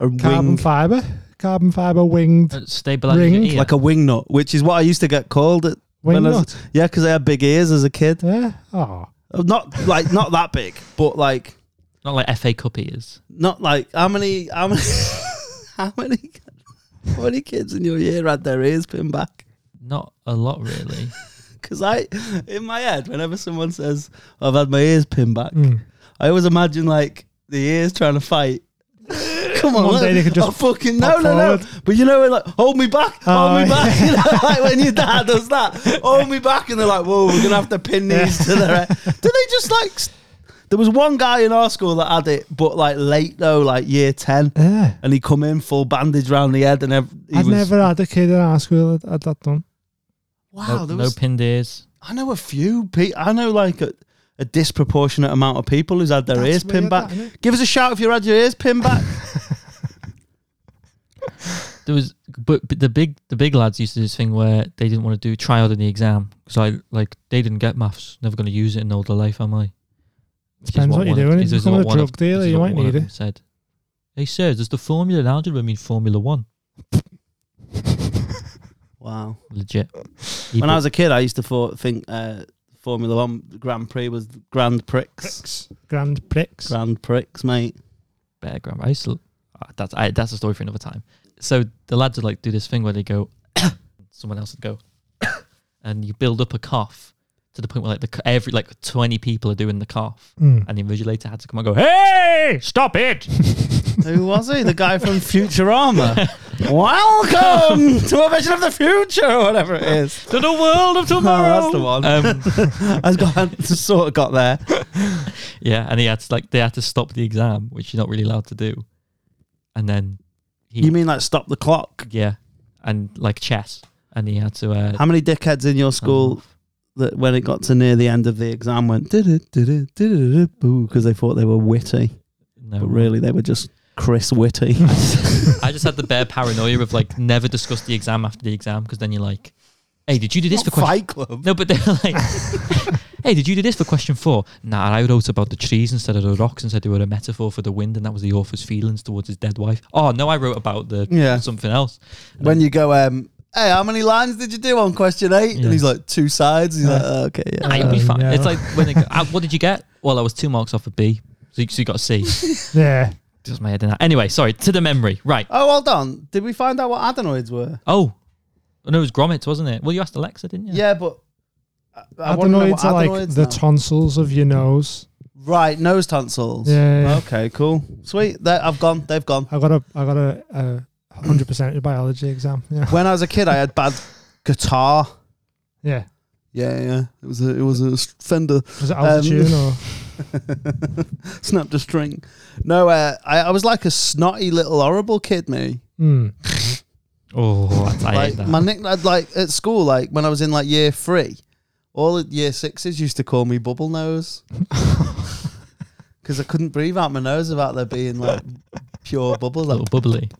Speaker 3: a
Speaker 4: Carbon
Speaker 3: wing,
Speaker 4: fiber, carbon fiber winged.
Speaker 5: Uh, stabilizing your
Speaker 4: Ring,
Speaker 5: ear.
Speaker 3: like a wing nut, which is what I used to get called. At,
Speaker 4: Wing
Speaker 3: I was-
Speaker 4: nut?
Speaker 3: yeah, because I had big ears as a kid.
Speaker 4: yeah. Oh,
Speaker 3: Not like not that big, but like
Speaker 5: not like FA Cup ears.
Speaker 3: not like how many how many [LAUGHS] how many how many kids in your year had their ears pinned back?
Speaker 5: Not a lot,
Speaker 4: [LAUGHS]
Speaker 5: really.
Speaker 3: Because I, in my head, whenever someone says I've had my ears pinned back,
Speaker 4: Hmm.
Speaker 3: I always imagine like the ears trying to
Speaker 4: [LAUGHS]
Speaker 3: fight. Come on,
Speaker 4: One
Speaker 3: look,
Speaker 4: day they could just
Speaker 3: I fucking no,
Speaker 4: pop
Speaker 3: no, no.
Speaker 4: forward.
Speaker 3: But you know, like hold me back,
Speaker 4: Oh,
Speaker 3: hold me
Speaker 4: yeah.
Speaker 3: back. [LAUGHS] You know, like when your dad does that, hold me back, and they're like, "Whoa, we're gonna have to pin these to their." Do they just like? s- There was one guy in our school that had it, but like late though, like year ten,
Speaker 4: yeah.
Speaker 3: and he come in full bandage round the head, and ev- he
Speaker 4: I've
Speaker 3: was
Speaker 4: never had a kid in our school that had that done.
Speaker 3: wow.
Speaker 5: no,
Speaker 3: there
Speaker 5: no
Speaker 3: was
Speaker 5: pinned ears.
Speaker 3: I know a few people. I know like a, a disproportionate amount of people who's had their
Speaker 4: That's
Speaker 3: ears pinned back.
Speaker 4: weird, that, isn't
Speaker 3: [LAUGHS] Give us a shout if you had your ears pinned back.
Speaker 5: There was, but, but the big the big lads used to do this thing where they didn't want to do try out in the exam because I like they didn't get maths. Never going to use it in older life, am I? Which is
Speaker 4: Depends what you're
Speaker 5: one of-
Speaker 4: doing. If
Speaker 5: this
Speaker 4: you
Speaker 5: is
Speaker 4: become
Speaker 5: what
Speaker 4: a
Speaker 5: one of-
Speaker 4: drug dealer,
Speaker 5: this is
Speaker 4: you
Speaker 5: what
Speaker 4: might
Speaker 5: one of
Speaker 4: need
Speaker 5: them
Speaker 4: it.
Speaker 5: Said, "Hey, sir, does the formula in algebra mean Formula One?"
Speaker 3: wow.
Speaker 5: Legit.
Speaker 3: When I was a kid, I used to for, think uh, Formula One Grand Prix was Grand Prix.
Speaker 4: Grand pricks.
Speaker 3: Grand Prix, mate.
Speaker 5: Bear Grump. I used to. ah, that's I, that's a story for another time. So the lads would like do this thing where they go, [COUGHS] someone else would go, [COUGHS] and you build up a cough to the point where like the c- every like twenty people are doing the cough,
Speaker 4: Hmm.
Speaker 5: and the invigilator had to come and go, hey, [LAUGHS] stop
Speaker 3: [LAUGHS]
Speaker 5: it.
Speaker 3: Who was he? The guy from [LAUGHS] Futurama. [LAUGHS] Welcome to a vision of the future, or whatever it is. [LAUGHS]
Speaker 5: to the
Speaker 4: [LAUGHS]
Speaker 5: world of tomorrow.
Speaker 3: that's the one. [LAUGHS]
Speaker 5: Um,
Speaker 3: I got [LAUGHS] sort of got there.
Speaker 5: yeah, and he had to like they had to stop the exam, which you're not really allowed to do. And then he,
Speaker 3: You mean like stop the clock?
Speaker 5: yeah, and like chess, and he had to uh, um,
Speaker 3: How many dickheads in your school that when it got to near the end of the exam went because they thought they were witty,
Speaker 5: no,
Speaker 3: but really they were just Chris Witty.
Speaker 5: I just had
Speaker 3: [LAUGHS]
Speaker 5: the bare paranoia of like never discuss the exam after the exam because then you're like, hey, did you do this
Speaker 3: [LAUGHS]
Speaker 5: for question?
Speaker 3: Club.
Speaker 5: No, but they're like, [LAUGHS] hey, did you do this for question four? Nah, I wrote about the trees instead of the rocks and said they were a metaphor for the wind and that was the author's feelings towards his dead wife. Oh no, I wrote about the
Speaker 3: Yeah.
Speaker 5: something else.
Speaker 3: When you go, um, hey, how many lines did you do on question eight?
Speaker 5: Yeah.
Speaker 3: And he's like, two sides. He's like, "Oh, okay, yeah.
Speaker 5: Nah, you'll be
Speaker 4: Um,
Speaker 5: fine.
Speaker 4: yeah.
Speaker 5: It's like when they go, "Ah, what did you get? Well, I was two marks off a B, so you, so you got
Speaker 3: [LAUGHS]
Speaker 5: a C.
Speaker 4: Yeah.
Speaker 5: just my head in that. Anyway, sorry to the memory. Right.
Speaker 3: Oh, hold on. Did we find out what adenoids were?
Speaker 5: Oh, no, it was grommets, wasn't it? Well, you asked Alexa, didn't you?
Speaker 3: Yeah, but. I, I wanna know
Speaker 4: Adenoids
Speaker 3: what
Speaker 4: are like
Speaker 3: adenoids
Speaker 4: the
Speaker 3: are.
Speaker 4: tonsils of your nose.
Speaker 3: right nose tonsils.
Speaker 4: Yeah, yeah.
Speaker 3: Okay, cool, sweet. They- I've gone. They've gone.
Speaker 4: I got a I got a a hundred percent biology exam. Yeah.
Speaker 3: When I was a kid, I had bad guitar.
Speaker 4: Yeah.
Speaker 3: Yeah, yeah. It was a it was a s- Fender
Speaker 4: [LAUGHS]
Speaker 3: [LAUGHS]
Speaker 4: Was it
Speaker 3: Um,
Speaker 4: altitude or
Speaker 3: snapped a string. No, uh, I, I was like a snotty little horrible kid, me.
Speaker 4: Hmm.
Speaker 5: Oh, that's, I
Speaker 3: Like
Speaker 5: hate that.
Speaker 3: my nick, I'd like at school, like when I was in like year three, all the year sixes used to call me bubble [LAUGHS] nose because I couldn't breathe out my nose without there being like pure bubble.
Speaker 5: little
Speaker 3: Like,
Speaker 5: bubbly.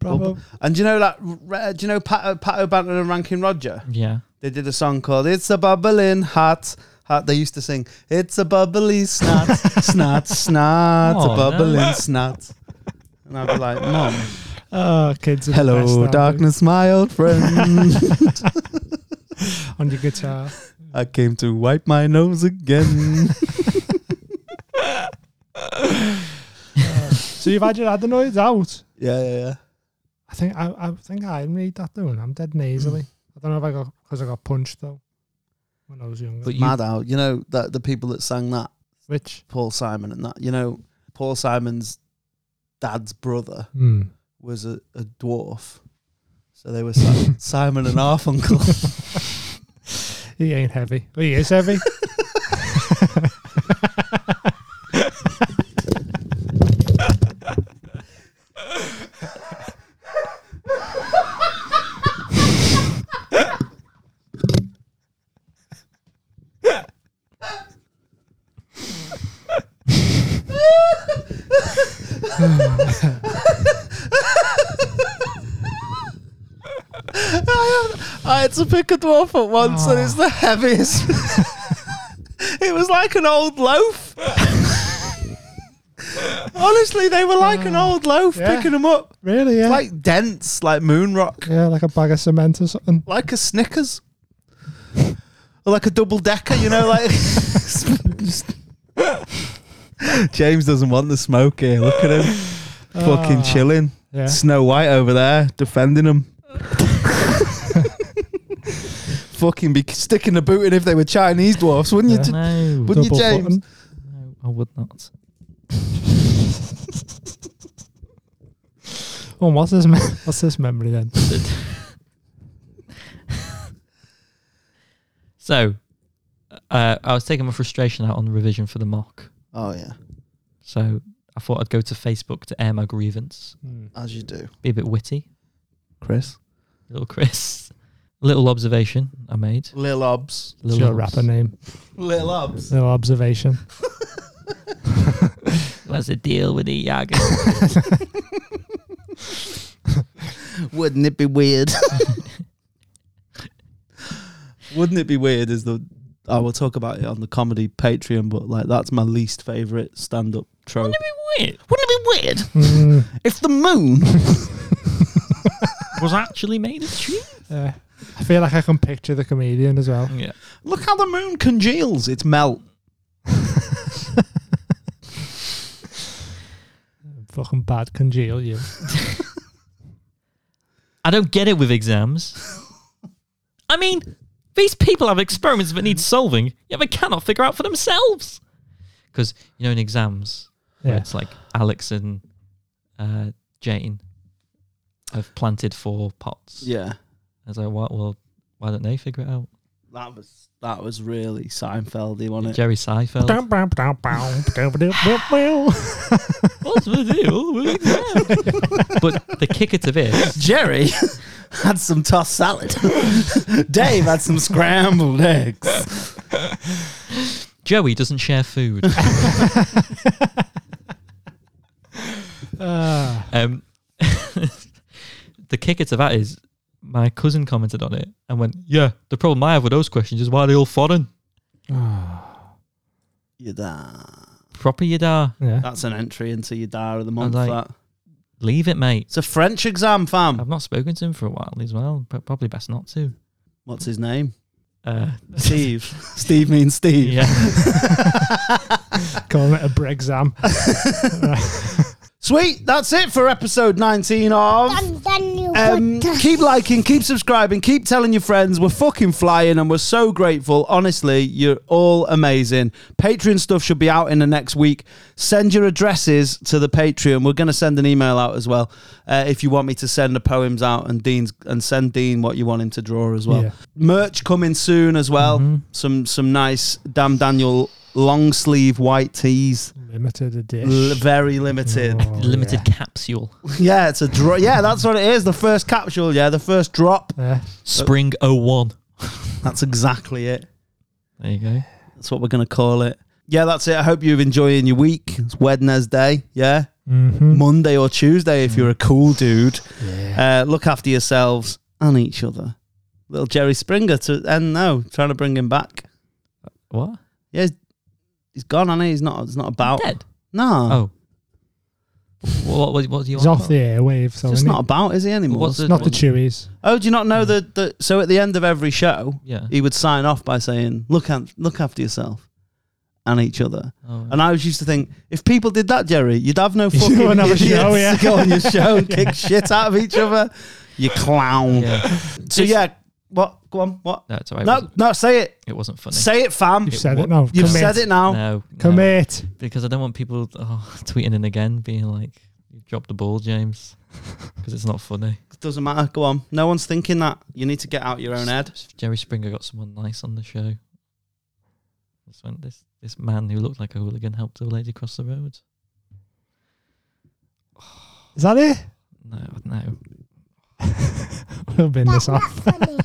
Speaker 4: Bravo.
Speaker 3: and do you know like r- uh, do you know Pat, uh, Pat O'Banton and Rankin Roger?
Speaker 5: Yeah.
Speaker 3: They did a song called "It's a Bubbling Hot." Hot. They used to sing "It's a bubbly snot, snot,
Speaker 5: [LAUGHS]
Speaker 3: snot,
Speaker 5: Oh,
Speaker 3: a bubbling
Speaker 5: no.
Speaker 3: snot," and I'd be like, "Mom,
Speaker 4: Oh, kids. are the best,
Speaker 3: hello
Speaker 4: aren't they?
Speaker 3: darkness, my old friend. [LAUGHS]
Speaker 4: on your guitar.
Speaker 3: [LAUGHS] I came to wipe my nose again."
Speaker 4: So you've had your adenoids out.
Speaker 3: Yeah, yeah, yeah.
Speaker 4: I think I, I think I need that doing. I'm
Speaker 3: Hmm.
Speaker 4: dead nasally. I don't know if I got because I got punched though when I was younger.
Speaker 3: But mad how you know that the people that sang that,
Speaker 4: which
Speaker 3: Paul Simon and that, you know, Paul Simon's dad's brother
Speaker 4: Hmm.
Speaker 3: was a, a dwarf, so they were [LAUGHS] Si- Simon and [LAUGHS] Arfunkel.
Speaker 4: he ain't heavy. But he
Speaker 3: [LAUGHS]
Speaker 4: is heavy.
Speaker 3: I, had, I had to pick a dwarf up once, and it's the [LAUGHS] heaviest. it was like an old [LAUGHS] loaf. Honestly, they were like an old loaf
Speaker 4: Yeah.
Speaker 3: picking them up,
Speaker 4: really? Yeah.
Speaker 3: Ah. like dense, like moon rock,
Speaker 4: yeah, like a bag of cement or something.
Speaker 3: like a Snickers, or like a double decker. You know, like. [LAUGHS] James doesn't want the smoke here. Look at him, fucking
Speaker 4: Ah.
Speaker 3: chilling.
Speaker 4: Yeah.
Speaker 3: Snow White over there defending [LAUGHS] him. Fucking be sticking the boot in if they were Chinese dwarfs, wouldn't you?
Speaker 5: No,
Speaker 3: Wouldn't you,
Speaker 4: Double
Speaker 3: James?
Speaker 4: button.
Speaker 5: no, I would not.
Speaker 4: [LAUGHS] Oh, and what's this? Me- what's this memory then?
Speaker 5: So, uh, I was taking my frustration out on the revision for the mock.
Speaker 3: Oh yeah,
Speaker 5: So I thought I'd go to Facebook to air my grievance,
Speaker 4: Hmm.
Speaker 3: as you do,
Speaker 5: be a bit witty,
Speaker 3: Chris.
Speaker 5: little Chris. [LAUGHS] Little observation I made.
Speaker 3: Lil Obs.
Speaker 4: It's
Speaker 5: Little
Speaker 4: your
Speaker 5: obs-
Speaker 4: rapper name.
Speaker 3: Lil [LAUGHS] Obs.
Speaker 4: Little observation.
Speaker 5: What's the deal with the Yaga?
Speaker 3: Wouldn't it be weird? [LAUGHS] Wouldn't it be weird? Is the I will talk about it on the comedy Patreon, but like that's my least favorite stand-up trope. Wouldn't
Speaker 5: Wait,
Speaker 3: it be weird
Speaker 4: [LAUGHS] Hmm.
Speaker 3: if the moon? [LAUGHS]
Speaker 5: was actually made of tree?
Speaker 4: Yeah. I feel like I can picture the comedian as well.
Speaker 5: Yeah.
Speaker 3: Look how the moon congeals. It's melt.
Speaker 4: Fucking bad congeal you.
Speaker 5: I don't get it with exams. I mean, these people have experiments that need solving, yet they cannot figure out for themselves. Because, you know, in exams, where
Speaker 4: Yeah.
Speaker 5: it's like Alex and uh, Jane have planted four pots.
Speaker 3: Yeah.
Speaker 5: I was like, what? Well, why don't they figure it out?
Speaker 3: That was that was really Seinfeldy, wasn't it?
Speaker 5: Jerry Seinfeld. [LAUGHS] What's the deal? with exams? but the kicker to this,
Speaker 3: Jerry [LAUGHS] had some tossed salad. [LAUGHS] Dave had some scrambled eggs.
Speaker 5: Joey doesn't share food.
Speaker 4: [LAUGHS] Ah.
Speaker 5: Um, [LAUGHS] the kicker to that is my cousin commented on it and went, "Yeah, the problem I have with those questions is why are they all foreign?
Speaker 3: Yadar.
Speaker 5: Proper Yadar,
Speaker 4: yeah.
Speaker 3: That's an entry into Yadar of the month.
Speaker 5: like-
Speaker 3: that.
Speaker 5: leave it, mate.
Speaker 3: It's a French exam, fam.
Speaker 5: I've not spoken to him for a while as well. But probably best not to."
Speaker 3: What's his name?
Speaker 5: Uh,
Speaker 3: Steve. [LAUGHS] Steve means Steve.
Speaker 5: [LAUGHS] yeah,
Speaker 4: Calling it a Brexam.
Speaker 3: Sweet. That's it for episode 19 of.
Speaker 8: I'm Daniel
Speaker 3: Um,
Speaker 8: Butter.
Speaker 3: keep liking, keep subscribing, keep telling your friends. We're fucking flying and we're so grateful. Honestly, you're all amazing. Patreon stuff should be out in the next week. Send your addresses to the Patreon. We're going to send an email out as well uh, if you want me to send the poems out and Dean's and send Dean what you want him to draw as well.
Speaker 4: Yeah.
Speaker 3: Merch coming soon as well. Some some nice Damn Daniel long sleeve white tees.
Speaker 4: Limited
Speaker 3: L-
Speaker 4: edition.
Speaker 3: very limited.
Speaker 4: Oh,
Speaker 5: limited capsule,
Speaker 3: [LAUGHS] Yeah, it's a draw. Yeah, that's what it is. The first capsule. Yeah, the first drop.
Speaker 4: Yeah.
Speaker 5: spring 01.
Speaker 3: That's exactly it.
Speaker 5: There you go.
Speaker 3: That's what we're going to call it. Yeah, that's it. I hope you're enjoying your week. It's Wednesday. Yeah.
Speaker 4: Mhm.
Speaker 3: Monday or Tuesday if you're a cool dude. Uh, look after yourselves and each other. Little Jerry Springer to end now, trying to bring him back.
Speaker 5: What?
Speaker 3: Yeah, he's, he's gone, hasn't he? He's not, he's not about.
Speaker 5: Dead?
Speaker 3: No.
Speaker 5: Oh. What, what, what do you
Speaker 4: He's
Speaker 5: want?
Speaker 4: off the airwave, so
Speaker 3: It's just
Speaker 4: isn't
Speaker 3: not about, is he
Speaker 5: What-
Speaker 3: anymore?
Speaker 5: what's
Speaker 4: he? not the
Speaker 5: what-
Speaker 4: Chewies.
Speaker 3: oh, do you not know that? The, so at the end of every show,
Speaker 5: Yeah.
Speaker 3: he would sign off by saying, "Look, af- look after yourself and each other.
Speaker 5: Oh, right.
Speaker 3: And I was used to think, if people did that, Jerry, you'd have no
Speaker 4: [LAUGHS] You
Speaker 3: fucking
Speaker 4: wouldn't have a
Speaker 3: idiots
Speaker 4: show, yeah.
Speaker 3: to go on your show
Speaker 4: [LAUGHS]
Speaker 3: and
Speaker 4: Yeah.
Speaker 3: kick shit out of each other. You clown.
Speaker 5: Yeah.
Speaker 3: [LAUGHS] So yeah, what? Go on. What?
Speaker 5: No, it's all right. It
Speaker 3: No,
Speaker 5: wasn't-
Speaker 3: no. Say it.
Speaker 5: It wasn't funny.
Speaker 3: Say it, fam.
Speaker 4: You've said it now.
Speaker 3: You've
Speaker 4: Commit.
Speaker 3: said it now.
Speaker 5: no, no,
Speaker 4: Commit.
Speaker 5: because I don't want people oh, [LAUGHS] tweeting in again, being like, "You dropped the ball, James," [LAUGHS] because it's not funny.
Speaker 3: Doesn't matter. Go on. No one's thinking that. You need to get out your own head.
Speaker 5: Jerry Springer got someone nice on the show. This one, this this man who looked like a hooligan helped a lady cross the road.
Speaker 4: Is that it? [LAUGHS]
Speaker 5: No, no.
Speaker 4: We'll bin this
Speaker 8: Not
Speaker 4: off.
Speaker 8: funny.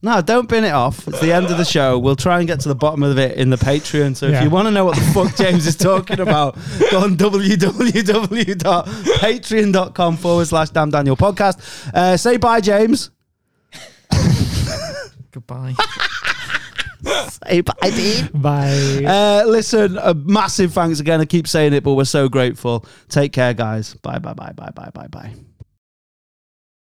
Speaker 3: No, don't bin it off. It's the end of the show. We'll try and get to the bottom of it in the Patreon. So if
Speaker 4: Yeah.
Speaker 3: you want to know what the fuck James is talking about, go on www.patreon.com forward slash damn Daniel podcast. Uh, say bye, James.
Speaker 5: Goodbye.
Speaker 3: Say bye, Dean. [LAUGHS]
Speaker 4: Bye.
Speaker 3: Uh, listen, a massive thanks again. I keep saying it, but we're so grateful. Take care, guys. Bye, bye, bye, bye, bye, bye, bye.